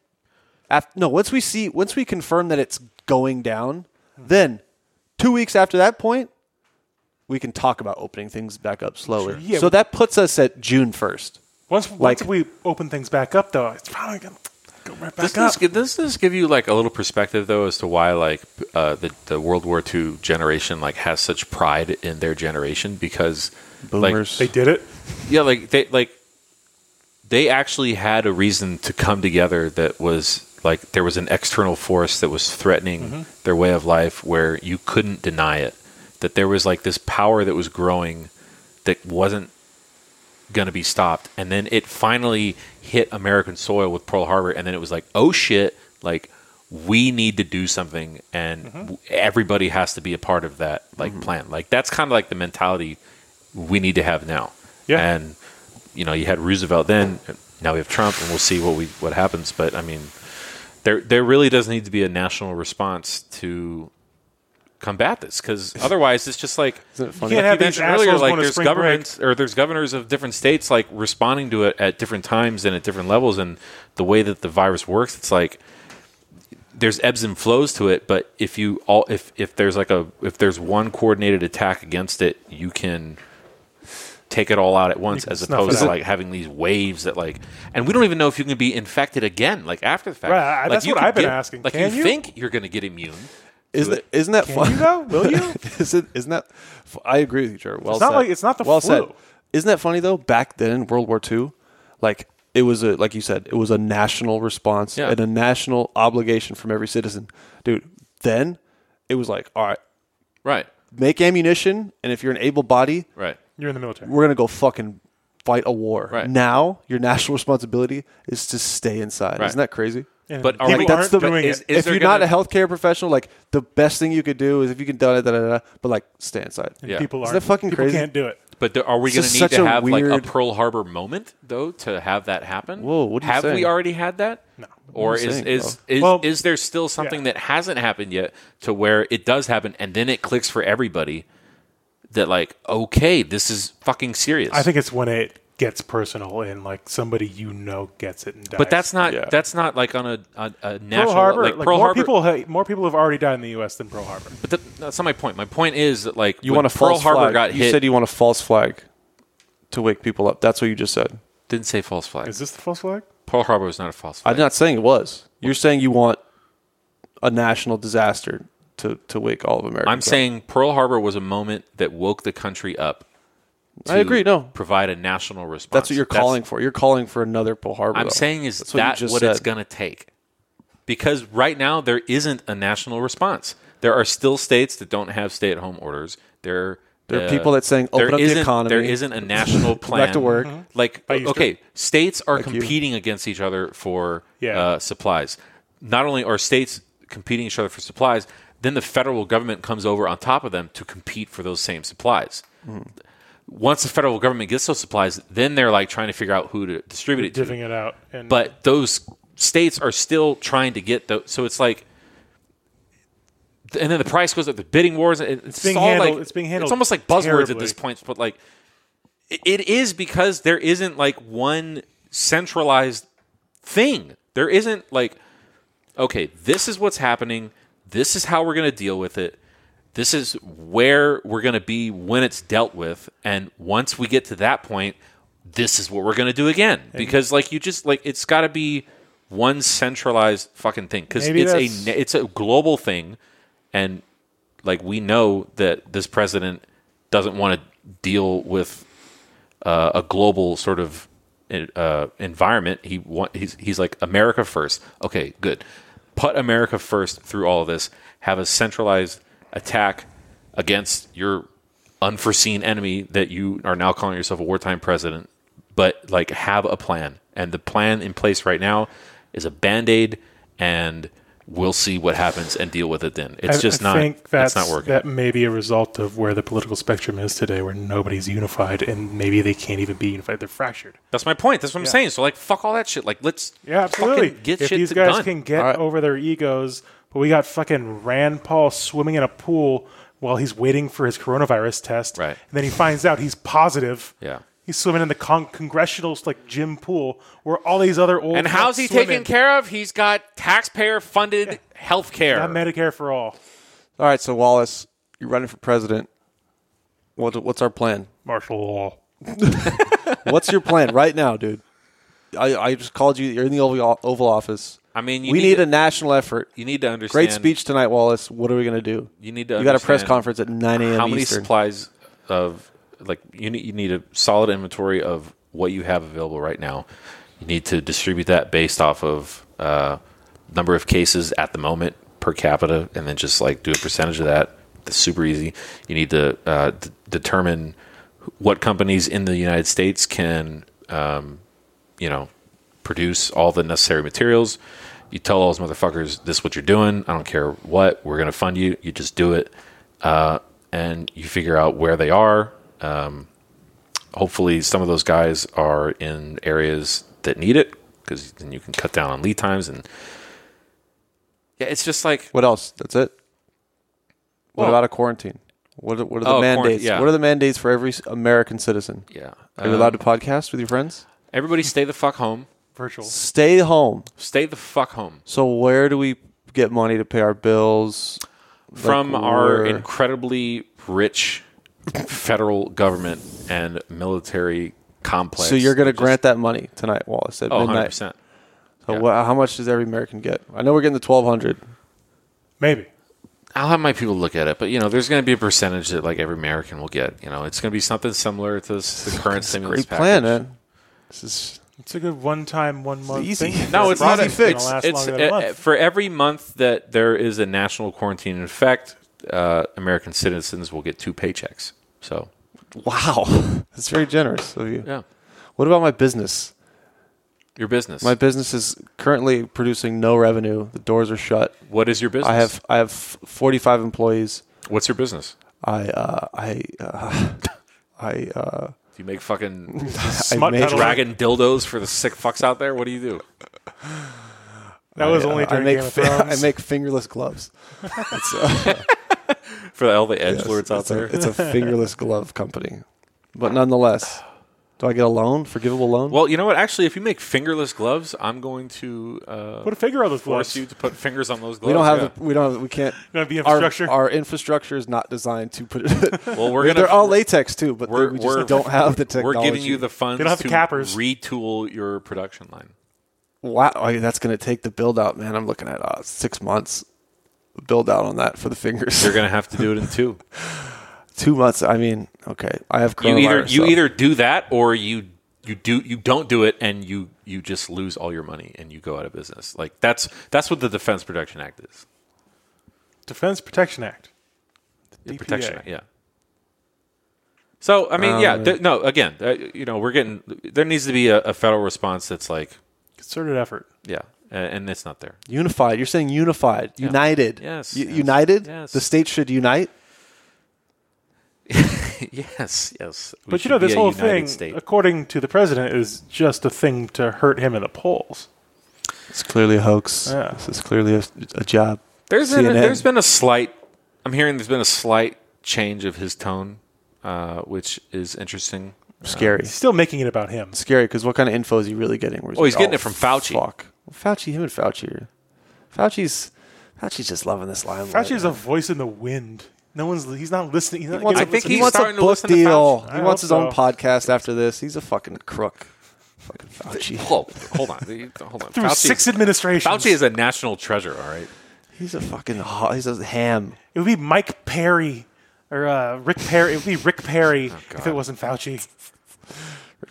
S1: after, no, once we see, once we confirm that it's going down, then, two weeks after that point, we can talk about opening things back up slowly.
S2: Yeah,
S1: so
S2: we-
S1: that puts us at June first.
S2: once,
S1: like-
S2: once we open things back up, though, it's probably going to go right back
S3: Doesn't this,
S2: up.
S3: gi- doesn't this give you like a little perspective though as to why like p- uh, the the World War II generation like has such pride in their generation because like,
S1: Boomers. [LAUGHS]
S2: They did it.
S3: yeah, like they like they actually had a reason to come together that was like there was an external force that was threatening their way of life where you couldn't deny it. That there was like this power that was growing that wasn't going to be stopped. And then it finally hit American soil with Pearl Harbor. And then it was like, oh shit, like we need to do something. And w- everybody has to be a part of that like plan. Like that's kind of like the mentality we need to have now.
S2: Yeah.
S3: And, you know, you had Roosevelt then. and Now we have Trump, and we'll see what we what happens. But I mean, there there really does need to be a national response to combat this, because otherwise it's just like
S1: Isn't it
S2: You
S1: funny?
S2: can't have
S3: you
S2: these
S3: mentioned earlier,
S2: assholes
S3: like
S2: going to
S3: there's
S2: spring break.
S3: governments or there's governors of different states like responding to it at different times and at different levels, and the way that the virus works, it's like there's ebbs and flows to it. But if you all if if there's like a if there's one coordinated attack against it, you can take it all out at once
S2: can
S3: as
S2: snuff it
S3: opposed to
S2: out.
S3: like having these waves that like and we don't even know if you can be infected again like after the fact
S2: Right, I-
S3: like,
S2: that's
S3: you
S2: what
S3: could
S2: I've been
S3: get-
S2: asking.
S3: like
S2: Can
S3: you,
S2: you?
S3: think you're going to get immune
S1: Isn't isn't that fun?
S2: You go?
S1: [LAUGHS]
S2: Will you?
S1: isn't isn't that? f- I agree with you, Trevor. Well
S2: It's not
S1: said.
S2: like- it's not the
S1: well said.
S2: flu.
S1: Isn't that funny though? Back then, in World War II, like it was a like you said, it was a national response
S3: Yeah.
S1: and a national obligation from every citizen, dude. Then it was like, all right,
S3: right
S1: make ammunition, and if you're an able body,
S3: right
S2: You're in the military.
S1: we're gonna go fucking fight a war.
S3: Right.
S1: Now, your national [LAUGHS] responsibility is to stay inside.
S3: Right.
S1: Isn't that crazy?
S2: And
S3: But
S2: people
S3: are we-
S1: Like, that's
S2: aren't
S1: the
S2: doing
S3: is-
S2: it.
S1: if
S3: there
S1: you're not
S3: gonna-
S1: a healthcare professional, like the best thing you could do is if you can do it, da, da, da, da, but like stay inside.
S3: Yeah.
S2: People
S1: Isn't
S2: aren't.
S1: that fucking
S2: people
S1: crazy?
S2: can't do it.
S3: But do- are we
S1: It's
S3: going
S1: just
S3: to need
S1: such
S3: to
S1: a
S3: have like
S1: weird-
S3: a Pearl Harbor moment though to have that happen?
S1: Whoa, what are you
S3: have
S1: saying?
S3: we already had that? No. Or
S1: What are you
S3: is
S1: saying,
S3: is is,
S2: Well,
S3: is there still something
S2: yeah.
S3: that hasn't happened yet to where it does happen and then it clicks for everybody that like okay this is fucking serious.
S2: I think it's when it gets personal and like somebody you know gets it and dies.
S3: but that's not
S1: Yeah.
S3: that's not like on a, a, a national
S2: Pearl Harbor.
S3: like
S2: Like,
S3: Pearl
S2: more
S3: Harbor.
S2: people, ha- more people have already died in the U.S. than Pearl Harbor.
S3: but that, that's not my point. My point is that like
S1: You
S3: when
S1: want a
S3: Pearl
S1: false
S3: Harbor
S1: flag.
S3: got
S1: you
S3: hit.
S1: said you want a false flag to wake people up. That's what you just said.
S3: didn't say false flag.
S2: Is this the false flag?
S3: Pearl Harbor was not a false flag.
S1: I'm not saying it was. You're saying you want a national disaster to, to wake all of America.
S3: I'm saying Pearl Harbor was a moment that woke the country up
S1: I agree, no.
S3: provide a national response.
S1: That's what you're calling for. You're calling for another Pearl Harbor.
S3: I'm
S1: though.
S3: saying is
S1: That's
S3: that
S1: what you
S3: what,
S1: just
S3: it's
S1: said.
S3: going to take? Because right now there isn't a national response. There are still states that don't have stay-at-home orders. There, uh,
S1: There are people that saying, "Open
S3: there
S1: up the
S3: isn't-
S1: economy."
S3: There isn't
S1: [LAUGHS]
S3: a national plan. Mm-hmm.
S1: to work.
S3: Like
S2: Easter.
S3: okay, states are
S1: you.
S3: competing against each other for
S2: Yeah.
S3: uh, supplies. Not only are states competing each other for supplies, then the federal government comes over on top of them to compete for those same supplies.
S1: Hmm.
S3: Once the federal government gets those supplies, then they're like trying to figure out who to distribute it to
S2: divvying it out. And
S3: but those states are still trying to get those. So it's like, and then the price goes up. The bidding wars. it- It's,
S2: being
S3: all
S2: handled-
S3: like
S2: it's being handled
S3: It's almost like buzzwords at
S2: terribly.
S3: this point. But like, it- it is because there isn't like one centralized thing. There isn't like, okay, this is what's happening. This is how we're going to deal with it. This is where we're going to be when it's dealt with. And once we get to that point, this is what we're going to do again. Because, like, you just, like, it's got to be one centralized fucking thing. Because
S2: Maybe
S3: it's
S2: that's-
S3: a, na- it's a global thing. And, like, we know that this president doesn't want to deal with uh, a global sort of uh, environment. He want, he's he's like America first. Okay, good. Put America first through all of this. Have a centralized attack against your unforeseen enemy that you are now calling yourself a wartime president. But like, have a plan, and the plan in place right now is a band aid, and we'll see what happens and deal with it then. It's
S2: I-
S3: just
S2: I
S3: not.
S2: Think that's,
S3: it's not working.
S2: That may be a result of where the political spectrum is today, where nobody's unified, and maybe they can't even be unified. They're fractured.
S3: That's my point. That's what I'm saying. So like, fuck all that shit. Like, let's
S2: Yeah, absolutely.
S3: fucking get
S2: if
S3: shit
S2: these
S3: to-
S2: guys
S3: done.
S2: can get
S1: All right.
S2: over their egos, but we got fucking Rand Paul swimming in a pool while he's waiting for his coronavirus test,
S3: Right.
S2: And then he finds out he's positive.
S3: Yeah.
S2: He's swimming in the con- congressional like gym pool where all these other old
S3: And
S2: cunts
S3: how's he
S2: swim
S3: taken
S2: in.
S3: care of? He's got taxpayer funded health
S2: Got
S3: care.
S2: Medicare for all.
S1: All right, so Wallace, you're running for president. What, what's our plan?
S2: Martial law.
S1: What's your plan right now, dude? I, I just called you. You're in the Oval, Oval Office.
S3: I mean, you
S1: we
S3: need
S1: need,
S3: to-
S1: a national effort.
S3: You need to understand.
S1: Great speech tonight, Wallace. What are we going to do?
S3: You need to
S1: You got a press
S3: understand
S1: conference at 9 a.m.
S3: How many
S1: Eastern.
S3: supplies of like you need? You need a solid inventory of what you have available right now. You need to distribute that based off of uh, number of cases at the moment per capita, and then just like do a percentage of that. That's super easy. You need to uh, d- determine what companies in the United States can um, you know, produce all the necessary materials. You tell all those motherfuckers, this is what you're doing. I don't care what. We're going to fund you. You just do it. Uh, and you figure out where they are. Um, hopefully, some of those guys are in areas that need it because then you can cut down on lead times. And yeah, it's just like,
S1: What else? That's it. What
S3: Well-
S1: about a quarantine? What are, what are the
S3: Oh, quarant-
S1: mandates?
S3: yeah.
S1: What are the mandates for every s- American citizen?
S3: yeah.
S1: Are you
S3: Um,
S1: allowed to podcast with your friends?
S3: everybody stay the fuck home.
S2: Virtual.
S1: Stay home.
S3: Stay the fuck home.
S1: So where do we get money to pay our bills?
S3: from
S1: Like,
S3: our
S1: we're-
S3: incredibly rich federal government and military complex.
S1: So you're going to grant that money tonight, Wallace, at
S3: oh,
S1: midnight.
S3: 100%.
S1: So
S3: yeah.
S1: wha- how much does every American get? I know we're getting the 1200
S2: Maybe.
S3: I'll have my people look at it, but you know, there's going to be a percentage that like every American will get. You know, it's going to be something similar to this, the current stimulus
S1: Great
S3: package.
S1: plan, man. This is
S2: It's a good one time, one month
S1: easy.
S2: thing.
S3: No, it's not
S1: Product.
S3: a
S1: easy fix.
S3: fix.
S2: It's, gonna last
S3: It's
S2: longer than a
S3: uh,
S2: month.
S3: for every month that there is a national quarantine in effect, uh, American citizens will get two paychecks. So
S1: wow. [LAUGHS] That's very generous of you.
S3: yeah,
S1: What about my business?
S3: your business.
S1: My business is currently producing no revenue. The doors are shut.
S3: what is your business?
S1: I have I have 45 employees.
S3: What's your business?
S1: I uh, I uh, [LAUGHS] I uh,
S3: Do you make fucking
S2: Smut
S1: made-
S2: peddling.
S3: dragon dildos for the sick fucks out there? What do you do?
S2: That was
S1: I,
S2: only
S1: uh, I
S2: during
S1: make
S2: Game of
S3: [LAUGHS]
S1: fi- [LAUGHS] I
S2: Thrones.
S1: make fingerless gloves. It's, uh,
S3: for the, all the [LAUGHS] edge lords out
S1: it's, a,
S3: there.
S1: [LAUGHS] it's a fingerless glove company, but nonetheless, do I get a loan? Forgivable loan?
S3: well, you know what? Actually, if you make fingerless gloves, I'm going to uh,
S2: Put a figure on those
S3: force
S2: gloves.
S3: you to put fingers on those gloves.
S1: we don't have
S3: yeah.
S1: the, we don't have, we
S3: [LAUGHS]
S1: can't.
S2: Don't have the
S1: our-
S2: infrastructure?
S1: Our, infrastructure is not designed to put. [LAUGHS]
S3: Well, we're gonna
S1: they're all latex too, but
S3: we're-
S1: we
S3: we're-
S1: just don't have the technology.
S3: We're giving you the funds
S2: They don't have
S3: to
S2: cappers.
S3: retool your production line.
S1: wow. I mean, that's going to take the build out, man. I'm looking at uh, six months build out on that for the fingers.
S3: You're going to have to do it in two.
S1: [LAUGHS] two months. I mean, okay, I have
S3: You
S1: coronavirus.
S3: either you
S1: so-
S3: either do that or you you do you don't do it and you you just lose all your money and you go out of business. Like that's that's what the Defense Production Act is.
S2: Defense Protection Act.
S3: The
S2: DPA.
S3: protection, Act, yeah. So I mean, yeah, th- no. Again, uh, you know, we're getting there needs to be a, a federal response that's like,
S2: Concerted effort.
S3: yeah, and, and it's not there.
S1: unified. You're saying unified, united.
S3: Yes,
S1: U-
S3: yes,
S1: united.
S3: yes.
S1: The states should unite.
S3: [LAUGHS] yes, yes. We
S2: But you
S3: should
S2: know,
S3: be
S2: this
S3: a
S2: whole
S3: united
S2: thing, uh,
S3: state.
S2: according to the president, is just a thing to hurt him in the polls.
S1: It's clearly a hoax.
S2: Yeah.
S1: This is clearly a, a job.
S3: There's been,
S1: CNN.
S3: there's been a slight. I'm hearing there's been a slight change of his tone, uh, which is interesting.
S1: Scary.
S2: He's still making it about him.
S1: Scary because what kind of info is he really getting? Where
S3: Oh, he's
S1: like,
S3: getting it from Fauci.
S1: Fuck. Fauci, him and Fauci. are- Fauci's Fauci's just loving this limelight.
S2: Fauci's a voice in the wind. No one's. He's not listening. He's not,
S1: He wants,
S3: I
S1: a,
S3: think
S1: he
S3: he's
S1: wants a
S3: starting to
S1: book
S3: listen to
S1: deal.
S3: Fauci.
S1: He
S2: I
S1: wants
S2: hope
S1: his own
S2: so.
S1: podcast after this. He's a fucking crook. Fucking
S2: [LAUGHS]
S1: Fauci.
S3: Hold, hold on, [LAUGHS] hold on.
S2: through six
S3: Fauci,
S2: administrations.
S3: Fauci is a national treasure. All right.
S1: He's a fucking ho- he's a ham.
S2: It would be Mike Perry or uh, Rick Perry. It would be Rick
S3: Oh,
S2: Perry if it wasn't Fauci.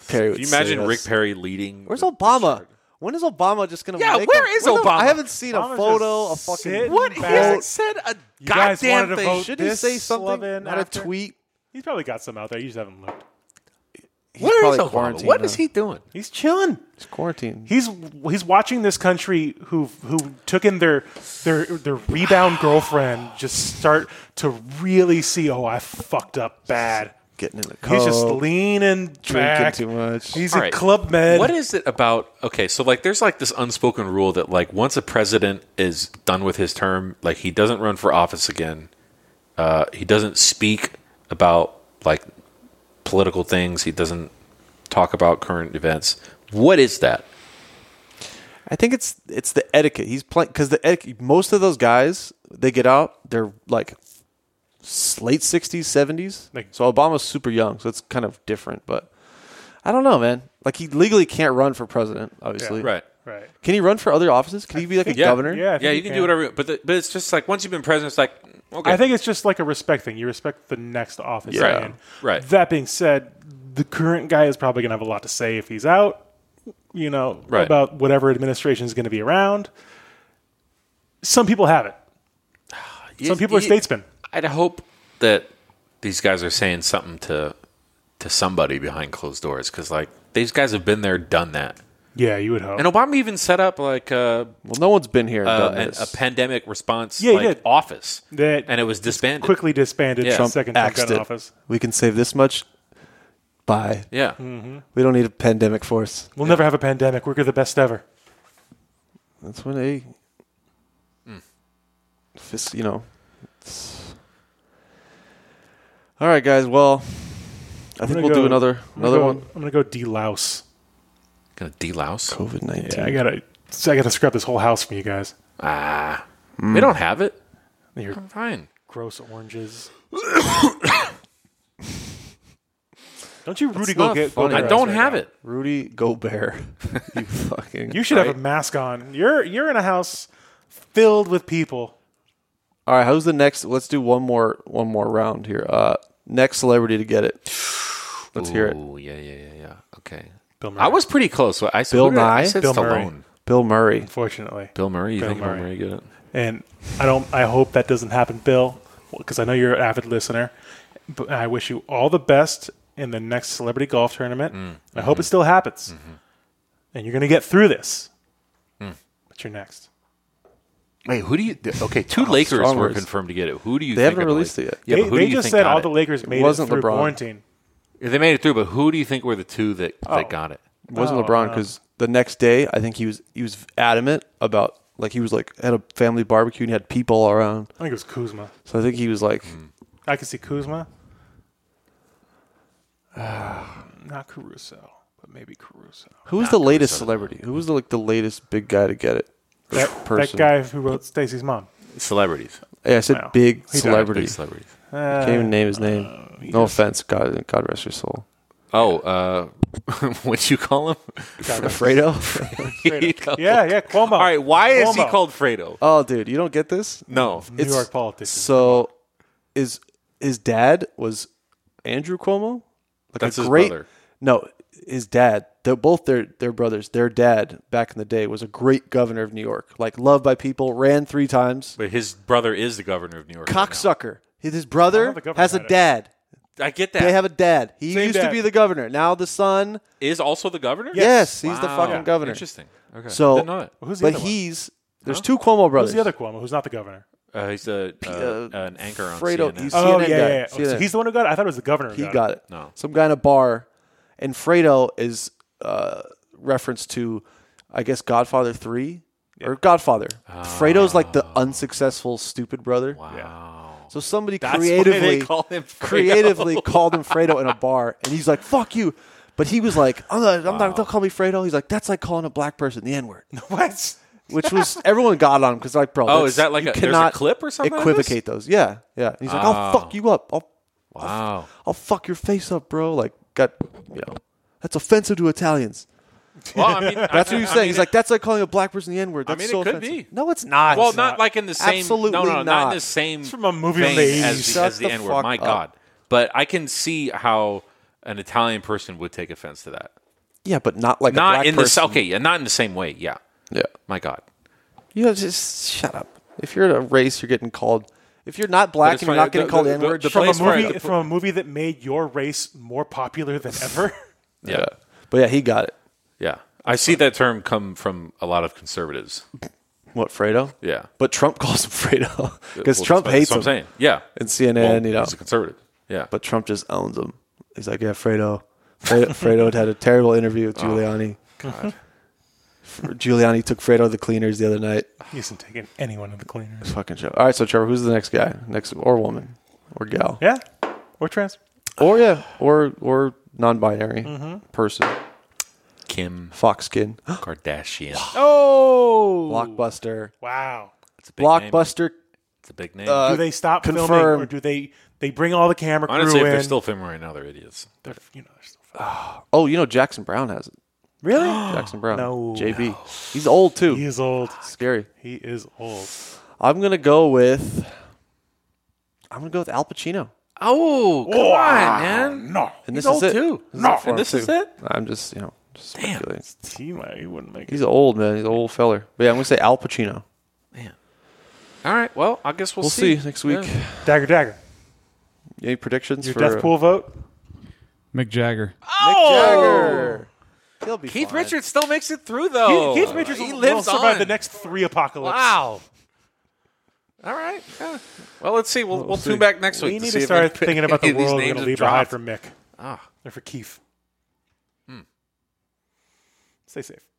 S1: Perry would
S3: Can you
S1: say
S3: imagine
S1: this.
S3: Rick Perry leading?
S1: Where's Obama? When is Obama just gonna?
S3: Yeah,
S1: make
S3: where
S1: a-
S3: is
S1: when the-
S3: Obama?
S1: I haven't seen a
S2: Obama's
S1: photo, a
S2: just
S1: fucking
S2: sitting
S3: What? He
S2: back.
S3: hasn't said a
S2: guys wanted
S3: goddamn
S2: to
S3: thing.
S2: vote.
S1: Should he
S2: This
S1: say something?
S2: sloven
S1: Not a
S2: after-
S1: tweet.
S2: He's probably got some out there. You just haven't looked.
S1: He's
S3: Where is
S1: probably
S3: Obama?
S1: quarantined
S3: What is
S1: now.
S3: he doing?
S2: He's chilling.
S1: He's quarantined.
S2: He's he's watching this country who who took in their their their rebound girlfriend just start to really see. Oh, I fucked up bad.
S1: Getting in the cold.
S2: He's just leaning, back.
S1: too much.
S2: He's
S3: All
S2: a
S3: right.
S2: club med.
S3: What is it about? Okay, so like, there's like this unspoken rule that like once a president is done with his term, like he doesn't run for office again. Uh, he doesn't speak about like political things. He doesn't talk about current events. What is that?
S1: I think it's it's the etiquette. He's playing because the etiquette, most of those guys they get out. They're like s- late sixties, seventies.
S2: Like-
S1: So Obama's super young, so it's kind of different. But I don't know, man. Like he legally can't run for president. Obviously,
S3: Right.
S2: right?
S1: Can he run for other offices? Can he be like a
S2: think-
S3: Yeah.
S1: governor?
S2: Yeah, I think
S3: yeah,
S2: he
S3: you can,
S2: can.
S3: do whatever. you- But the, but it's just like once you've been president, it's like okay.
S2: I think it's just like a respect thing. You respect the next office.
S1: Yeah.
S2: you're in.
S3: Right.
S2: That being said, the current guy is probably going to have a lot to say if he's out, you know,
S3: Right.
S2: about whatever administration is going to be around. Some people have it. Some people are
S3: You- you-
S2: statesmen.
S3: I'd hope that these guys are saying something to to somebody behind closed doors because like these guys have been there, done that.
S2: Yeah, you would hope.
S3: And Obama even set up like a
S1: Well, no one's been here. And
S3: Uh, a,
S1: done
S3: an-
S1: this.
S3: a pandemic response
S2: Yeah, he
S3: like,
S2: did.
S3: office,
S2: That-
S3: and it was disbanded
S2: Quickly disbanded
S3: Yeah.
S2: Trump
S3: Trump
S2: second Trump
S1: Axed
S2: got in
S1: it.
S2: office.
S1: We can save this much. Bye.
S3: Yeah,
S1: We don't need a pandemic force.
S2: We'll never have a pandemic. We're the best ever.
S1: That's when they,
S3: Hmm.
S1: Fis- you know. it's- All right, guys. Well, I think
S2: gonna
S1: we'll
S2: go-
S1: do another
S2: I'm gonna
S1: another
S2: go-
S1: one.
S2: I'm going to go delouse.
S3: gonna delouse.
S1: COVID nineteen.
S2: Yeah, I got to I got to scrub this whole house from you guys.
S3: Ah,
S1: Mm.
S3: we don't have it.
S2: Your
S3: Fine.
S2: gross oranges. [COUGHS] Don't you Rudy
S1: That's
S2: go
S1: not
S2: get
S1: funny.
S2: Gobert
S3: I
S1: Right,
S2: us
S3: don't
S2: right
S3: have
S2: now.
S3: it.
S1: Rudy
S2: [LAUGHS]
S1: Gobert. you fucking.
S2: You should have a mask on. You're you're in a house filled with people.
S1: All right. Who's the next? Let's do one more one more round here. Uh, next celebrity to get it. Let's hear it.
S3: Ooh, yeah, yeah, yeah, yeah. Okay.
S2: Bill Murray.
S3: I was pretty close. I said,
S1: Bill
S3: who did I- I
S1: Nye?
S3: said
S2: Bill
S3: Stallone.
S2: Murray.
S1: Bill Murray.
S2: Fortunately,
S3: Bill Murray. You
S2: Bill
S3: think
S2: Murray.
S3: Bill Murray get it?
S2: and I don't. I hope that doesn't happen, Bill, because I know you're an avid listener. But I wish you all the best in the next celebrity golf tournament.
S3: Mm-hmm.
S2: I hope it still happens, and you're gonna get through this.
S3: Mm.
S2: But you're next.
S3: Wait, who do you? Okay, two Lakers
S1: strong
S3: were
S1: words.
S3: confirmed to get it. Who do you?
S1: Oh, They
S3: think
S1: haven't
S3: are the
S1: released
S3: Lakers?
S1: it
S3: Yeah,
S2: they
S3: but who
S2: they
S3: do you
S2: just
S3: think
S2: said
S3: got
S2: all
S3: it?
S2: the Lakers made
S1: wasn't
S2: it through
S1: LeBron.
S2: quarantine.
S3: They made it through, but who do you think were the two that
S1: Oh.
S3: that got it?
S1: It
S2: Oh,
S1: wasn't LeBron because the next day I think he was he was adamant about like he was like had a family barbecue and he had people all around.
S2: I think it was Kuzma.
S1: So I think he was like.
S2: Hmm. I can see
S3: [SIGHS]
S2: Kuzma. Not Caruso, but maybe Caruso.
S1: Who was the latest celebrity? Who was the, like the latest big guy to get it?
S2: That, that guy who wrote Stacy's mom.
S3: Celebrities,
S1: Yeah, I said
S2: Wow. He
S1: big
S2: died.
S1: celebrity.
S3: big celebrities.
S2: Uh,
S1: Can't even name his name.
S2: Oh,
S1: no offense. God, God rest your soul.
S3: Oh, uh, [LAUGHS] what'd you call him?
S1: [LAUGHS] Fredo.
S3: [LAUGHS]
S1: Uh,
S2: yeah, yeah, Cuomo.
S3: All right, why is he
S2: Cuomo.
S3: called Fredo?
S1: oh, dude, you don't get this.
S3: No,
S2: New York politician?
S1: So, is his dad was Andrew Cuomo. Like
S3: That's his brother.
S1: No, his dad. They're both their their brothers. Their dad back in the day was a great governor of New York. Like loved by people. Ran three times.
S3: But his brother is the governor of New York. right now.
S1: Cocksucker. His
S2: know
S1: brother
S2: the governor
S1: has a
S2: had it.
S1: dad.
S3: I get
S1: They
S3: that.
S1: have a dad. He
S2: Same
S1: used
S2: dad.
S1: to be the governor. Now the son.
S3: is also the governor?
S1: Yes, he's the
S3: Wow.
S1: fucking governor.
S3: Interesting. Okay.
S1: So-
S3: Didn't know that.
S2: Well, who's the
S1: But
S2: other one?
S1: he's there's two Cuomo brothers.
S2: Who's the other Cuomo? Who's not the governor?
S3: Uh, he's a, uh,
S1: uh,
S3: an anchor on
S1: Fredo
S3: CNN.
S1: East-
S2: Oh yeah,
S1: CNN
S2: yeah,
S1: guy.
S2: yeah. Oh, so
S1: CNN.
S2: he's the one who got it. I thought it was the governor. Who
S1: He
S2: got,
S1: got it.
S3: No.
S1: Some guy in a bar, and Fredo is uh, reference to, I guess, Godfather Three or Godfather. Fredo's like
S2: Ah.
S1: the unsuccessful stupid brother.
S3: Wow.
S1: So somebody
S3: That's why they
S1: creatively
S3: call him Fredo.
S1: creatively called him Fredo in a bar, and he's like, "Fuck you." But he was like, "I'm not. I'm not don't call me Fredo." He's like, "That's like calling a black person the
S3: [LAUGHS]
S1: N word."
S2: What?
S1: Which was everyone got on him because like, bro.
S3: Oh,
S1: that's-
S3: is that like
S1: you
S3: a- there's a
S1: cannot
S3: clip or something of this? Oh.
S1: Equivocate those, yeah, yeah. And he's like, "I'll fuck you up. I'll
S3: Wow.
S1: I'll fuck your face up, bro. Like, got you know, that's offensive to Italians.
S3: Well, I
S1: [LAUGHS]
S3: mean,
S1: That's what you're saying. He's like, that's like calling a black person the N word. That's
S3: mean, it
S1: so
S3: could
S1: offensive.
S3: be.
S1: No, it's not.
S3: Well,
S1: It's
S3: not like in the same.
S1: Absolutely
S3: no, no, not,
S1: not.
S3: in the same.
S2: from a movie
S3: vein
S2: made.
S3: as the,
S1: Shut
S3: as the,
S1: the
S3: N word.
S1: fuck
S3: My
S1: up.
S3: God. But I can see how an Italian person would take offense to that.
S1: yeah, but not like a
S3: Not
S1: black
S3: in
S1: person.
S3: the okay, yeah, not in the same way. Yeah.
S1: Yeah,
S3: My God.
S1: you know, just shut up. If you're in a race, you're getting called. If you're not black
S3: it's
S1: and you're
S3: funny,
S1: not getting
S3: the-
S1: called
S3: the-
S1: N word,
S3: the- the
S1: shut
S2: From
S1: up.
S2: a
S3: place where
S2: movie
S3: the-
S2: from a movie that made your race more popular than ever. [LAUGHS]
S3: Yeah. Yeah.
S1: But yeah, he got it.
S3: I see that term come from a lot of conservatives.
S1: What Fredo?
S3: Yeah.
S1: But Trump [LAUGHS] calls him Fredo because
S3: Well,
S1: Trump
S3: that's
S1: hates
S3: what
S1: him.
S3: I'm saying. Yeah.
S1: And CNN, you know,
S3: he's a conservative. Yeah.
S1: but Trump just owns him. He's like, yeah, Fredo.
S3: [LAUGHS]
S1: Fredo, Fredo had, had a terrible interview with Giuliani.
S3: Oh, God.
S1: Giuliani took Fredo to the cleaners the other night.
S2: he isn't taking anyone to the cleaners.
S1: Fucking show. All right, so Trevor, who's the next guy? Next or woman or gal?
S2: Yeah, or trans.
S1: Or yeah, or or non-binary person.
S3: Kim
S1: Fox skin. [GASPS]
S3: Kardashian.
S2: Oh,
S1: Blockbuster.
S2: wow.
S3: It's a big name.
S1: Blockbuster.
S3: It's a big name.
S1: Uh,
S2: Do they stop filming,
S1: confirm.
S2: or do they they bring all the camera crew
S3: Honestly, if
S2: in?
S3: they're still filming right now, they're idiots.
S2: They're- you know, they're still filming.
S1: Oh, you know Jackson Brown
S2: [GASPS]
S1: has it.
S2: really?
S1: Jackson Brown.
S2: No.
S1: JB. He's old too.
S2: he is old.
S1: Scary.
S2: He is old.
S1: I'm gonna go with. I'm gonna go with Al Pacino.
S3: Oh, come on, man.
S2: No,
S1: And
S3: He's
S1: this
S3: old
S1: is it.
S3: too.
S1: This is
S2: No.
S1: it for
S3: And
S1: him,
S3: this is
S1: too.
S3: it?
S1: I'm just you know just speculating.
S2: he, might, he wouldn't make it.
S1: He's old man. He's an old feller. But yeah, I'm gonna say Al Pacino.
S3: Man. All right. Well, I guess we'll,
S1: We'll see, next week.
S3: Yeah.
S2: Dagger, dagger.
S1: Any predictions
S2: Your
S1: for
S2: death pool vote.
S4: Mick Jagger.
S2: Oh.
S1: Jagger? He'll be
S3: Keith
S1: fine.
S3: Richards still makes it through, though.
S2: Keith Richards
S3: Oh, he
S2: will-
S3: lives
S2: will survive
S3: on.
S2: the next three apocalypses.
S3: Wow. All right. yeah. Well, let's see. We'll, we'll, tune back next week.
S2: We need to
S3: see if
S2: start
S3: any- [LAUGHS]
S2: thinking about the
S3: any of these
S2: world we're going
S3: names
S2: to
S3: have Ah.
S2: leave behind
S3: dropped.
S2: for Mick
S3: Ah.
S2: or for Keith. Stay safe.